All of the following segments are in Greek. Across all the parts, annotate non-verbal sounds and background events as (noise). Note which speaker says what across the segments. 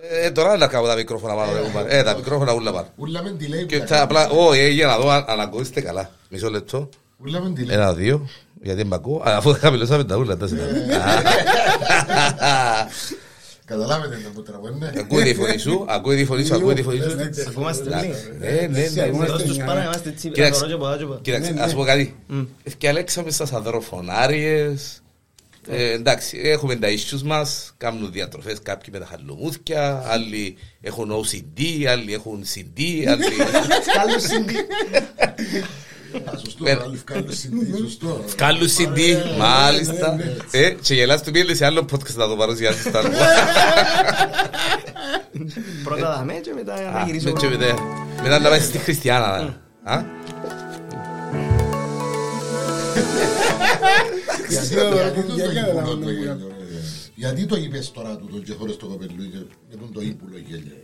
Speaker 1: Ε, τώρα να κάνω τα μικρόφωνα πάνω. ρε, κουμπάρε. Ε, τα μικρόφωνα ούλα πάνω.
Speaker 2: Ούλα με delay.
Speaker 1: Και
Speaker 2: που
Speaker 1: θα
Speaker 2: τα
Speaker 1: απλά, όχι, ε, για να δω αν αν ακούγεστε καλά. Μισό λεπτό.
Speaker 2: κάνουμε. Ούλα με delay.
Speaker 1: Ένα, δύο. Γιατί δεν μ' ακούω. Α, Αφού χαμηλώσαμε τα ούλα, τέσσερα. Α,
Speaker 2: Καταλάβετε να μου τραβώνε.
Speaker 1: Ε, Ακούει τη φωνή
Speaker 2: (laughs)
Speaker 1: σου, ακούει τη φωνή σου, ακούει τη φωνή σου.
Speaker 3: Είμαστε λίγο.
Speaker 1: Ναι, ναι, ναι.
Speaker 3: Εδώ στους πάνω είμαστε ναι, τσι-
Speaker 1: Κοίταξε.
Speaker 3: δωρό και ποδά και ποδά.
Speaker 1: Κοίταξε, ας πω κάτι. Ευκαιρέξαμε στα σαδροφωνάριες. Ε, εντάξει, έχουμε τα issues μας, κάνουν διατροφές κάποιοι με τα χαλουμούθια, άλλοι έχουν OCD, άλλοι έχουν CD, άλλοι...
Speaker 2: Κάλο συντή. Α, Σωστό,
Speaker 1: Πέρα.
Speaker 2: άλλο κάλο συντή. Σωστό.
Speaker 1: Κάλου CD,
Speaker 2: Ωραία.
Speaker 1: μάλιστα.
Speaker 2: Ναι, ναι, ναι.
Speaker 1: Ε, και γελάς του μίλησε σε άλλο "Ah, podcast να το παρουσιάσεις τα άλλα.
Speaker 3: Πρώτα δαμέ και μετά να
Speaker 1: Α,
Speaker 3: γυρίσουμε.
Speaker 1: και μετά- Μετά να πάει στη Χριστιανά. να- Α,
Speaker 2: Γιατί- γιατί το γέλιο το γέλιο, ρε. Γιατί το είπες τώρα του τον κεχόρε στο κοπελού και με τον το ύπουλο γέλιο.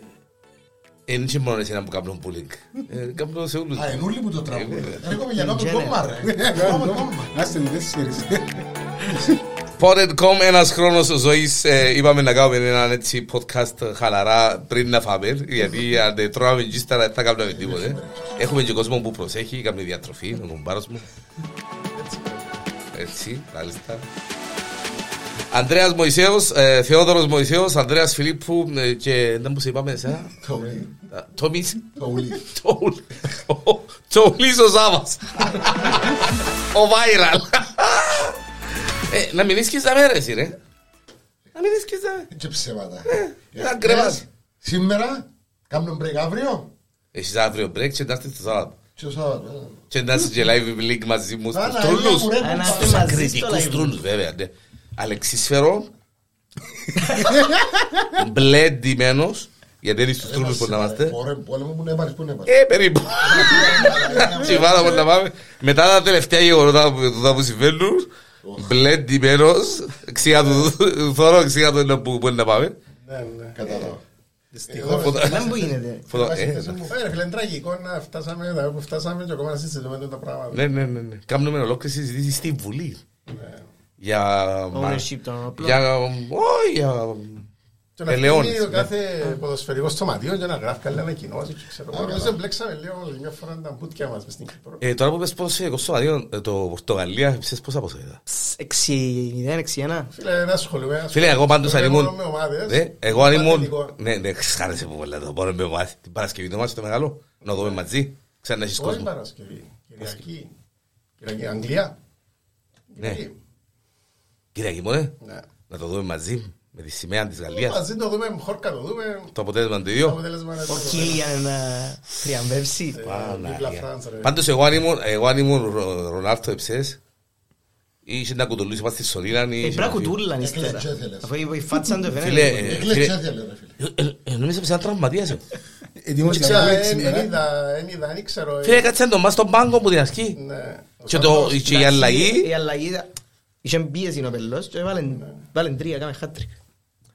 Speaker 1: Εν και μόνο εσένα που κάνουν bullying. Ε, Κάνουν σε όλους.
Speaker 2: Α, ενούλη μου το τραγούδι.
Speaker 1: Ε,
Speaker 2: Έρχομαι για να το κόμμα ρε.
Speaker 4: Άστε τη τέσσερις.
Speaker 1: Pod.com, ένας χρόνος ζωής. Ε, είπαμε να κάνουμε έναν έτσι podcast eh, χαλαρά πριν να φάμε. Γιατί αν δεν τρώμε και ύστερα δεν θα κάνουμε τίποτε. Έχουμε και κόσμο που προσέχει, κάνει διατροφή, ο κουμπάρος μου. Έτσι, μάλιστα. Ανδρέας Μωυσέος, ε, Θεόδωρος Μωυσέος, Ανδρέας Φιλίππου ε, και δεν μου σε είπαμε εσένα.
Speaker 2: Το ούλι.
Speaker 1: Α, Τόμις,
Speaker 2: Το ούλι.
Speaker 1: Τόουλ- ο- Τόουλης ο Σάβας. Ο Βάιραλ. Ε, Να μην ίσκεις τα μέρες, ρε. Να μην ίσκεις τα μέρες.
Speaker 2: Και ψέματα. Ε,
Speaker 1: να κρεβάς.
Speaker 2: Σήμερα, κάνουμε break αύριο.
Speaker 1: Εσείς αύριο break και εντάσσετε στο Σάββατο.
Speaker 2: Και ο Σάββατο.
Speaker 1: Και εντάσσετε και live link μαζί μου στους
Speaker 2: Άρα,
Speaker 1: τρούλους.
Speaker 2: έλα, μωρέ,
Speaker 3: Ένα
Speaker 2: κουμπά.
Speaker 3: θέμα. Μαζί
Speaker 1: Κριτικούς
Speaker 3: στο live.
Speaker 1: τρούλους, βέβαια, ναι. Αλεξίσφαιρο. Μπλε ντυμένος. Γιατί είναι στους τρούλους που να είμαστε.
Speaker 2: Ωραία, πόλεμο που να πάρεις, πού να πάρεις.
Speaker 1: Ε, περίπου. Τι βάρα μου να πάμε. Μετά τα τελευταία γεγονότα που τα που συμβαίνουν, μπλε ντυμένος, ξύγα του θωρώ, ξύγα του είναι που μπορεί να πάμε.
Speaker 4: Ναι,
Speaker 1: Ε,
Speaker 2: Κατάλαβα.
Speaker 1: Φωτο-
Speaker 3: Δεν που γίνεται.
Speaker 1: (laughs) φωτο- ε,
Speaker 4: Ρε φίλε, είναι τραγικό να φτάσαμε εδώ που φτάσαμε και ακόμα να συζητούμε τα πράγματα.
Speaker 1: Ναι, ναι, ναι. ναι. Κάνουμε ολόκληρη συζήτηση στη Βουλή.
Speaker 4: Ναι.
Speaker 1: Για...
Speaker 3: Ownership των όπλων.
Speaker 1: Για... Όχι, για...
Speaker 4: Και να
Speaker 1: Ελαιώνεις,
Speaker 4: φτύνει ο
Speaker 1: ναι.
Speaker 4: κάθε ποδοσφαιρικός σωματείο και να γράφει καλή ανακοινώση και ξέρω εγώ.
Speaker 2: Άρα.
Speaker 4: Εμείς εμπλέξαμε λίγο μια φορά τα μπούτια μας μες στην Κύπρο.
Speaker 1: Ε, Τώρα που πες πώς εγώ στο αδείο, ε, το Πορτογαλία, ξέρεις πόσα πόσα είδα.
Speaker 3: 6-0, 6-1.
Speaker 4: Φίλε, να ασχολούμαι. να
Speaker 1: Φίλε, εγώ πάντως αν
Speaker 4: ασχολούμαι
Speaker 1: ήμουν...
Speaker 4: μόνο με ομάδες.
Speaker 1: Ναι, Εγώ αν ήμουν...
Speaker 4: Παθητικό.
Speaker 1: Ναι, ναι, χάρεσε που πολλά το μπορώ να με μάθει. Την Παρασκευή το μάθει το μεγάλο. Να το δούμε μαζί. Ξανά έχεις
Speaker 4: Όχι
Speaker 1: κόσμο.
Speaker 4: Παρασκευή. Κυριακή. Κυριακή. Αγγλία.
Speaker 1: Ναι.
Speaker 4: Κυριακή.
Speaker 1: Κυριακή μου, ε.
Speaker 4: Ναι.
Speaker 1: Να το δούμε μαζί. Με τη σημαία της Γαλλίας.
Speaker 4: Μαζί το δούμε, χόρκα το δούμε.
Speaker 1: Το αποτέλεσμα είναι το
Speaker 4: Το
Speaker 1: ίδιο.
Speaker 4: αποτέλεσμα είναι
Speaker 3: Ο
Speaker 4: το
Speaker 3: Κίλιαν να θριαμβεύσει.
Speaker 1: Παναγία.
Speaker 4: δίπλα Φρανς, ρε.
Speaker 1: Πάντως εγώ αν ήμουν, εγώ αν ήμουν Ρο- Ρονάλτο Εψές, είχε να κουτουλήσεις μας στη Σολίνα.
Speaker 3: Ε, Πρέπει να κουτούλαν
Speaker 2: Έκλαιγε,
Speaker 3: ύστερα.
Speaker 2: θέλες.
Speaker 3: Αφού η φάτσα του
Speaker 1: Φίλε,
Speaker 3: φαίνεται.
Speaker 1: ε,
Speaker 2: Έκλεξε,
Speaker 1: φίλε,
Speaker 2: έθελε, ρε φίλε.
Speaker 1: ε, ε, νόμιζα πως ήταν τραυματίας. ε.
Speaker 4: Δεν ξέρω,
Speaker 2: ε,
Speaker 4: εν- εν είδα, εν είδα, δεν ξέρω. ε.
Speaker 1: Φίλε, κάτσε να το μάθει στον πάγκο μου την αρχή.
Speaker 4: Ναι.
Speaker 1: Και το- και η αλλαγή.
Speaker 3: Η αλλαγή ήταν- είχε πίεση ο πελός και βάλεν- βάλεν τρία, κάμε χάτρικ.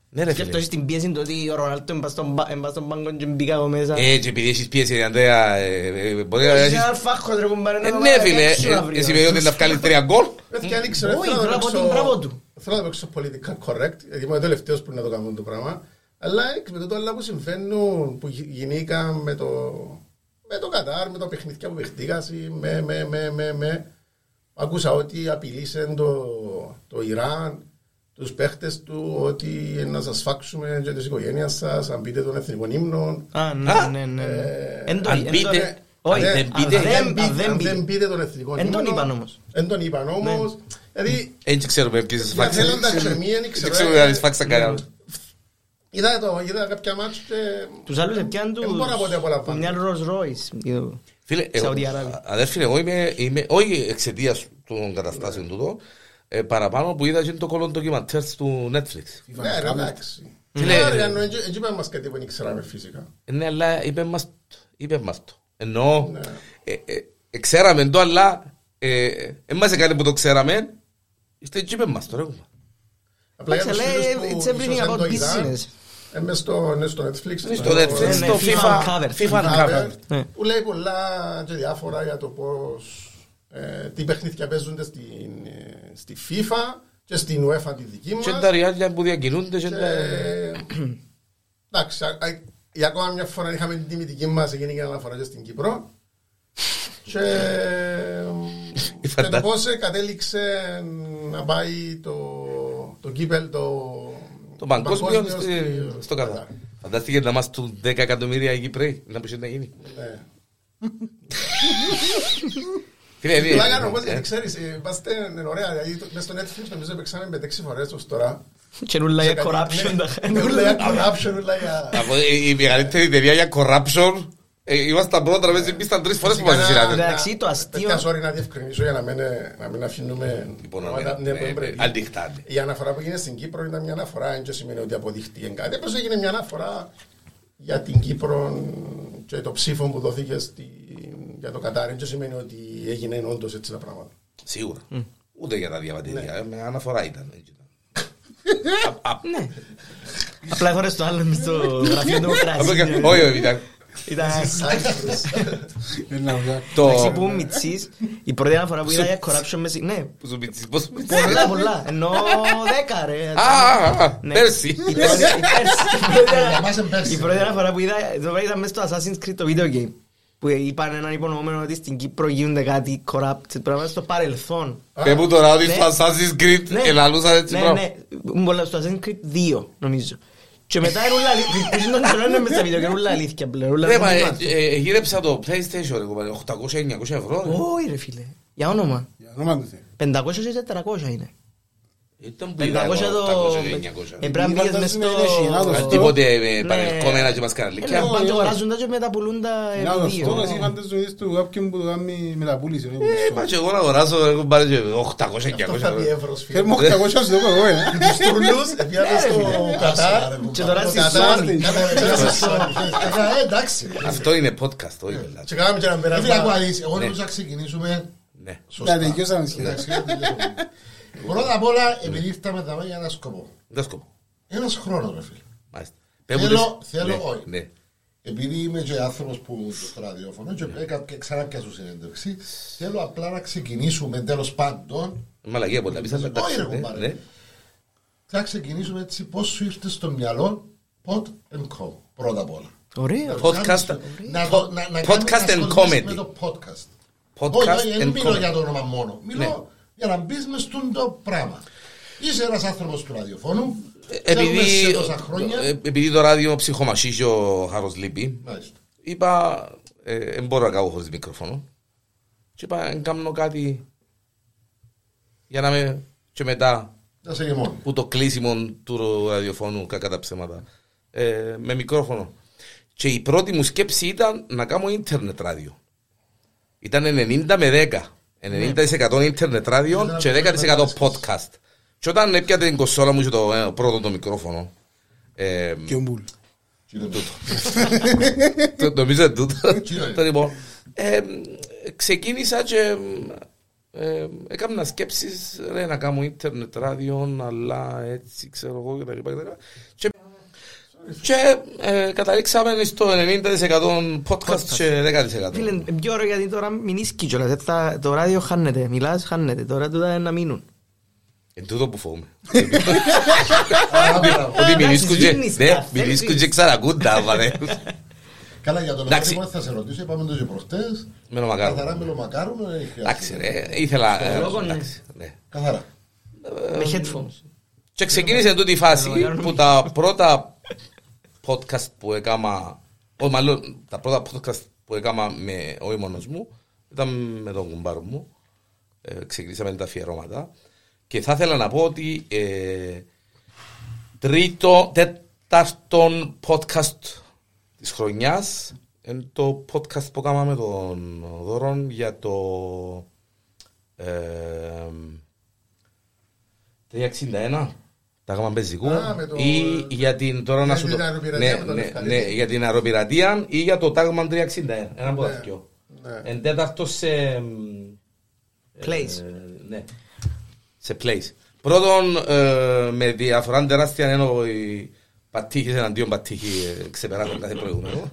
Speaker 1: Ναι ρε φίλε.
Speaker 3: Σκέφτομαι την πίεση του ότι ο Ρονάλτο έμπα στον πα- έμπα στον πάγκο και μπήκα εγώ μέσα.
Speaker 1: Ε, και επειδή έχεις πίεση, Αντρέα, ε, ε, μπορεί να
Speaker 3: Είσαι
Speaker 1: έχεις
Speaker 3: ένα φάχος, ρε, κουμπάρε,
Speaker 1: Ε,
Speaker 3: να
Speaker 1: Ναι,
Speaker 3: βάλω
Speaker 1: φίλε,
Speaker 3: έξω
Speaker 1: ε,
Speaker 3: αύριο.
Speaker 1: εσύ με ότι να βγάλει τρία γκολ.
Speaker 4: Παιδιά, δεν ξέρω,
Speaker 3: Όχι,
Speaker 4: θέλω να το
Speaker 3: μπράβο του,
Speaker 4: παίξω-
Speaker 3: μπράβο του.
Speaker 4: Θέλω να το παίξω πολιτικά correct, γιατί είμαι ο τελευταίος που να το κάνουν το πράγμα. Αλλά εκ- με το άλλα που συμβαίνουν, που γι- γινήκαν με το, με το Κατάρ, με τα παιχνίδια που παιχτήκασαι, με, με, με, με, με. Ακούσα ότι απειλήσαν το, το Ιράν, τους παίχτες του, ότι να σας φάξουμε και τις οικογένειες σας, αν πείτε τον εθνικό ύμνο.
Speaker 3: Α, ναι,
Speaker 1: Α,
Speaker 3: ναι, ναι.
Speaker 4: ε,
Speaker 3: Εν το-
Speaker 1: αν
Speaker 3: εν το-
Speaker 1: πείτε-
Speaker 3: όχι,
Speaker 1: αν δεν
Speaker 3: αν
Speaker 1: πείτε-
Speaker 3: δεν-
Speaker 4: αν
Speaker 3: αν δεν πείτε.
Speaker 4: δεν πείτε τον εθνικό
Speaker 3: Εν τον
Speaker 4: ύμνο-
Speaker 3: είπαν όμως. Ναι.
Speaker 4: Εν τον είπαν όμως. Δηλαδή,
Speaker 1: Έτσι ξέρουμε ποιες σας
Speaker 4: Μα
Speaker 1: φάξαν.
Speaker 4: θέλοντας και μία, δεν
Speaker 1: Δεν
Speaker 4: ξέρω.
Speaker 1: ξέρουμε αν τις φάξαν κανένα.
Speaker 4: Είδα το, είδα κάποια μάτς και...
Speaker 3: Τους άλλους έπιαν τους...
Speaker 4: μπορώ να πω ότι απολαμβάνω.
Speaker 3: Μια Rolls Royce. Είδω.
Speaker 1: Φίλε, εγώ,
Speaker 3: Σαουδική Αράβια.
Speaker 1: αδέρφη, εγώ είμαι, είμαι όχι εξαιτίας των καταστάσεων τούτο, ε, παραπάνω που είδα και το κολόν ντοκιμαντέρ του Netflix.
Speaker 4: Ναι, ρε, εντάξει.
Speaker 1: Φίλε,
Speaker 4: Ναι, ρε, ενώ έτσι- έτσι είπαν μας κάτι που δεν ξέραμε φυσικά.
Speaker 1: Ναι, αλλά είπε μας, είπε μας το. Εννοώ,
Speaker 4: Ναι.
Speaker 1: ε, ε, ε, ξέραμε το, αλλά ε, ε, ε, μας έκανε που το ξέραμε, ήρθε και είπε μας το, ρε κουμπά.
Speaker 4: Απλά για τους
Speaker 3: Εντάξει,
Speaker 4: φίλους
Speaker 3: λέει,
Speaker 4: που
Speaker 3: it's everything
Speaker 4: ίσως δεν
Speaker 3: about
Speaker 4: το είδαν,
Speaker 3: business.
Speaker 4: ε, μες στο- ναι, στο Netflix. ε,
Speaker 1: Στο Netflix,
Speaker 3: ναι,
Speaker 1: στο
Speaker 3: FIFA
Speaker 1: FIFA
Speaker 3: Uncovered.
Speaker 1: FIFA Uncovered.
Speaker 3: Ναι.
Speaker 4: Που λέει πολλά και διάφορα για το πώς... ε, Τι παιχνίδια παίζονται στην, ε, στη FIFA και στην UEFA τη δική μας.
Speaker 1: Και τα ριάλια που διακινούνται, και
Speaker 4: Και-
Speaker 1: τα...
Speaker 4: (clears throat) Εντάξει, α- α- για ακόμα μια φορά είχαμε την τιμητική μα, έγινε και αναφορά και στην Κύπρο. Και,
Speaker 1: (laughs)
Speaker 4: και το
Speaker 1: Φαντά-
Speaker 4: πώ κατέληξε να πάει το, το κύπελ, το,
Speaker 1: Το παγκόσμιο στη-
Speaker 4: στη-
Speaker 1: στο Κατάρ. Φαντάστηκε να μας του 10 εκατομμύρια οι Κύπροι να πούσε να γίνει.
Speaker 4: Ναι.
Speaker 1: Φίλε, είναι-
Speaker 4: Πλάκα να πω
Speaker 1: ε,
Speaker 4: γιατί ξέρεις, ε, είμαστε είναι ωραία, δηλαδή το- μες στο Netflix νομίζω παίξαμε με 6 φορές ως τώρα.
Speaker 3: Και νουλά για
Speaker 4: Σε κάτι-
Speaker 3: Ε, corruption.
Speaker 4: ναι,
Speaker 3: τα- (laughs)
Speaker 4: ναι, Ούλα για corruption, ούλα για...
Speaker 1: να πω, ε, η- Η μεγαλύτερη εταιρεία για corruption. ε, Ήμασταν πρώτα, εμείς μπήσταν τρεις φορές που
Speaker 4: Φυσικά,
Speaker 1: μας
Speaker 4: να-
Speaker 1: συνάδελφοι.
Speaker 3: Εντάξει, το αστείο-
Speaker 4: Παιδιά, sorry να διευκρινίσω για να μην, ε, να μην αφήνουμε
Speaker 1: Υπονομένα.
Speaker 4: ναι, που
Speaker 1: Ε,
Speaker 4: έμπρεπε.
Speaker 1: ε, αντιχτά, ναι.
Speaker 4: Η αναφορά που έγινε στην Κύπρο ήταν μια αναφορά, δεν σημαίνει ότι αποδείχτηκε κάτι. Απλώ έγινε μια αναφορά για την Κύπρο και το ψήφο που δόθηκε στη- για το Κατάρ. Δεν σημαίνει ότι έγινε όντως έτσι τα πράγματα.
Speaker 1: Σίγουρα. Ούτε για τα διαβατήρια. ε, Με αναφορά ήταν. ε, κοίτα. Α, α,
Speaker 3: Ναι. Απλά χωρί το άλλο μες στο γραφείο
Speaker 1: Απλά και-
Speaker 3: δημοκρατία.
Speaker 1: Όχι, όχι, ήταν.
Speaker 3: Ήταν
Speaker 1: Το.
Speaker 3: εντάξει που μητσής, η πρώτη αναφορά που είδα για corruption με συ- Ναι,
Speaker 1: Που σου πείτσες, πώς σου πείτσες.
Speaker 3: πολλά πολλά. Ενώ δέκα ρε.
Speaker 1: Α, α, α,
Speaker 3: Ναι.
Speaker 1: Πέρσι.
Speaker 3: Η πρώτη- η
Speaker 2: Ναι, Για
Speaker 3: πέρσι.
Speaker 2: μας είναι πέρσι.
Speaker 3: Η πρώτη αναφορά που είδα, εδώ πέρα ήταν μέσα στο Assassin's Creed το video game. Που είπαν έναν υπονοούμενο ότι στην Κύπρο γίνονται κάτι corrupt πράγματα στο παρελθόν.
Speaker 1: Πες μου τώρα ότι
Speaker 3: Ναι.
Speaker 1: στο Assassin's Creed
Speaker 3: Ναι.
Speaker 1: ελαλούσαν έτσι
Speaker 3: Ναι,
Speaker 1: πράγμα.
Speaker 3: ναι. Μπορεί στο Assassin's Creed 2, νομίζω. Και μετά είναι όλα (laughs) αλήθεια. Πριν τον τρώνε μες στα βίντεο και είναι όλα αλήθεια πλέον. όλα
Speaker 1: Ρε,
Speaker 3: δεν
Speaker 1: μα, ε,
Speaker 3: θυμάστε.
Speaker 1: ε, ε, γύρεψα το PlayStation, ρε, κοπέλε, 800-900 ευρώ. ρε.
Speaker 3: Όχι ρε φίλε. Για όνομα.
Speaker 5: Για όνομα του Θεού.
Speaker 3: 500 ή 400 είναι.
Speaker 1: Ήταν που
Speaker 3: 500
Speaker 1: ήταν 800-900.
Speaker 3: το...
Speaker 1: Ε,
Speaker 3: Πρέπει να πήγες
Speaker 5: Φαντάζομαι
Speaker 3: μες στο...
Speaker 5: είναι χειρά το
Speaker 1: ε,
Speaker 5: αυτό.
Speaker 1: Τίποτε με
Speaker 3: Ναι.
Speaker 1: παρελκόμενα και
Speaker 3: Ε,
Speaker 1: μασκαρλίκια.
Speaker 3: ναι,
Speaker 5: όχι,
Speaker 3: Πάντα
Speaker 5: όχι.
Speaker 3: αγοράζουν τα και ε, μετά πουλούν τα
Speaker 5: Είναι άλλο
Speaker 3: επί
Speaker 5: αυτό,
Speaker 3: δύο.
Speaker 5: εσύ είχαν τις ζωές του κάποιον που το κάνει μεταπούληση. ρε,
Speaker 1: Ε,
Speaker 5: κουμπιστό.
Speaker 1: μα και εγώ να αγοράσω, έχω πάρει και 800-900
Speaker 4: Αυτό θα πει
Speaker 1: ευρώ.
Speaker 4: εύρος, φίλε.
Speaker 5: Φέρ' μου 800 σου το πω εγώ, ε.
Speaker 4: Τους Τουρλούς (laughs) επιάνε στο Κατάρ.
Speaker 3: Και τώρα στη
Speaker 4: Κατάρ,
Speaker 3: Sony.
Speaker 4: Κατάρ,
Speaker 2: Ε, Εντάξει.
Speaker 1: Αυτό είναι podcast, όχι δηλαδή. πελάτη.
Speaker 4: Και κάναμε και έναν
Speaker 2: Ε, φίλε, ακούω
Speaker 4: περάσμα. Ναι.
Speaker 2: αλήθεια. Εγώ νομίζω να ξεκινήσουμε
Speaker 1: Ναι.
Speaker 2: σωστά.
Speaker 5: Τα δικαιώσαμε σχεδόν.
Speaker 2: Εντάξει, δεν δικαιώσαμε. Πρώτα απ' όλα, επειδή ήρθαμε εδώ για ένα σκοπό.
Speaker 1: Δεν σκοπό.
Speaker 2: Ένας χρόνος, ρε φίλε.
Speaker 1: Μάλιστα. Πες μου
Speaker 2: Θέλω-
Speaker 1: τις-
Speaker 2: θέλω,
Speaker 1: ναι,
Speaker 2: όχι.
Speaker 1: ναι.
Speaker 2: Επειδή είμαι και άνθρωπος που μου στο ραδιόφωνο και
Speaker 4: Ναι.
Speaker 2: έκα- και ξανά πιάσω συνέντευξη, θέλω απλά να ξεκινήσουμε τέλος πάντων.
Speaker 1: Μαλακία πολλά. Μισά λεπτά.
Speaker 2: Όχι, ρε,
Speaker 1: Ναι,
Speaker 2: κουμπάρε.
Speaker 1: ναι.
Speaker 2: Θα ξεκινήσουμε έτσι πώς σου ήρθε στο μυαλό Pod and Co. Πρώτα απ' όλα.
Speaker 3: Ωραίο.
Speaker 1: Podcast-
Speaker 2: Να το- να- να
Speaker 1: Podcast
Speaker 2: κάνεις- να
Speaker 1: and
Speaker 2: ασχοληθείς
Speaker 1: comedy.
Speaker 2: Με το podcast. Όχι,
Speaker 1: Podcast
Speaker 2: όχι, δεν
Speaker 1: and
Speaker 2: μιλώ για
Speaker 1: comedy. Ναι.
Speaker 2: το όνομα μόνο. Μιλώ για να μπεις μες στον το πράγμα. Είσαι ένας άνθρωπος του ραδιοφώνου.
Speaker 1: Ε,
Speaker 2: θέλουμε σε
Speaker 1: Επειδή,
Speaker 2: τόσα χρόνια.
Speaker 1: ε, επειδή το ράδιο ψυχομασίζει ο Χάρος λείπει,
Speaker 2: Μάλιστα.
Speaker 1: είπα ε, «Εν μπορώ να κάνω χωρίς μικρόφωνο και είπα να κάνω κάτι για να με και μετά
Speaker 2: Να σε γεμώνει.
Speaker 1: που το κλείσιμο του ραδιοφώνου κακά τα ψέματα ε, με μικρόφωνο και η πρώτη μου σκέψη ήταν να κάνω ίντερνετ ράδιο ήταν 90 με 10 90% ίντερνετ ράδιο
Speaker 2: Ήταν
Speaker 1: και
Speaker 2: από
Speaker 1: 10%
Speaker 2: το
Speaker 1: podcast και όταν έπιατε την κοσόλα μου και το ε, πρώτο το μικρόφωνο ε,
Speaker 5: Και ο Μπούλ.
Speaker 2: Κύριε Τούτο.
Speaker 1: το- νομίζω είναι τούτο
Speaker 2: Κύριο.
Speaker 1: το λοιπόν ε, ξεκίνησα και ε, έκανα σκέψεις ρε, να κάνω ίντερνετ ράδιο αλλά έτσι ξέρω εγώ κτλ. κτλ. Και, και ε, καταλήξαμε στο 90% podcast και 10%
Speaker 3: Φίλε, είναι πιο ωραίο γιατί τώρα μην ίσκει κιόλας. έτσι τα- Το ράδιο χάνεται, μιλάς χάνεται. Τώρα τούτα είναι να μείνουν.
Speaker 1: Εν τούτο που φοβούμαι.
Speaker 2: Α, μπράβο.
Speaker 1: Ότι
Speaker 3: εντάξει,
Speaker 1: μιλίσκουν και-
Speaker 3: σβήνεις
Speaker 1: ναι,
Speaker 3: τα,
Speaker 1: μιλίσκουν
Speaker 3: θέλεις.
Speaker 1: και ξανακούντα, βαρέ.
Speaker 2: Καλά για τον
Speaker 1: Εντάξει.
Speaker 2: άνθρωπο θα σε ρωτήσω, είπαμε το και προχτές.
Speaker 1: Με το μακάρονο.
Speaker 2: Καθαρά με το μακάρονο. δεν χρειάζεται.
Speaker 1: Εντάξει ρε, ήθελα... ε,
Speaker 3: λόγο, ναι.
Speaker 1: εντάξει, ναι.
Speaker 2: Καθαρά.
Speaker 3: Με
Speaker 1: Ε,
Speaker 3: headphones.
Speaker 1: Και ξεκίνησε τούτη η φάση που τα πρώτα podcast που έκανα, όχι μάλλον τα πρώτα podcast που έκανα με, όχι μόνος μου, ήταν με τον κουμπάρο μου. Ε, ξεκινήσαμε τα αφιερώματα. Και θα ήθελα να πω ότι ε, τρίτο, τέταρτον podcast της χρονιάς είναι το podcast που έκανα με τον Δώρον για το ε, 361 τα γάμα μπεζικού
Speaker 4: Α, με το-
Speaker 1: ή για την τώρα να
Speaker 4: για
Speaker 1: σου
Speaker 4: την
Speaker 1: το
Speaker 4: αεροπειρατεία
Speaker 1: ναι,
Speaker 4: με τον
Speaker 1: ναι,
Speaker 4: Ευκαρίδη.
Speaker 1: ναι, για την αεροπειρατεία ή για το τάγμα 361 ένα από τα
Speaker 4: Ναι,
Speaker 1: δυο
Speaker 4: ναι.
Speaker 1: εν τέταρτος σε
Speaker 3: Plays.
Speaker 1: ε, ναι. Σε plays. Πρώτον, ε, με διαφορά τεράστια ενώ οι πατήχες εναντίον πατήχοι ε, ξεπεράσαν κάθε προηγούμενο.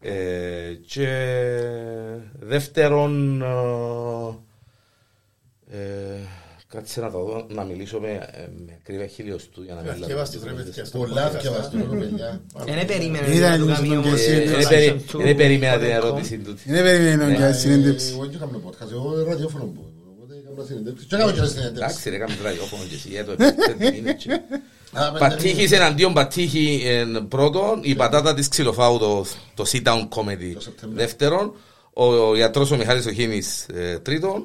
Speaker 1: Ε, και δεύτερον, ε, ε, Κάτσε να το δω, να μιλήσω με, ε, με ακρίβεια χιλιοστού για να μην λάβω
Speaker 4: Αρκεύαστος, ρε
Speaker 1: τίποτα.
Speaker 4: παιδιά, στο
Speaker 2: Πολλά
Speaker 4: podcast,
Speaker 2: εύκαιβα στο
Speaker 4: α.
Speaker 2: λόγο, παιδιά.
Speaker 3: Ε, Δεν περίμενα
Speaker 5: Είδα
Speaker 3: να το
Speaker 5: εμείς
Speaker 3: κάνει
Speaker 5: τον
Speaker 3: όμως.
Speaker 5: Κεσί,
Speaker 1: Ε,
Speaker 5: είναι
Speaker 1: δεν περί- Δεν περίμενα την ερώτηση τούτη.
Speaker 5: Δεν περιμένω για συνέντευξη.
Speaker 2: Εγώ δεν κάνω podcast, εγώ ραδιόφωνο μου. Οπότε έκανα συνέντευξη. Και έκανα και συνέντευξη.
Speaker 1: Εντάξει, ρε, κάμε ραδιόφωνο και εσύ, για το επίπεδο είναι και-
Speaker 2: Α, πέντε
Speaker 1: Πατήχης εναντίον πατήχη εν, πρώτον, η πατάτα της ξυλοφάου, το, το sit-down comedy
Speaker 2: Ναι. Το Σεπτέμβριο.
Speaker 1: δεύτερον, ο, ο ιατρός ο Μιχάλης Οχίνης ε, τρίτον,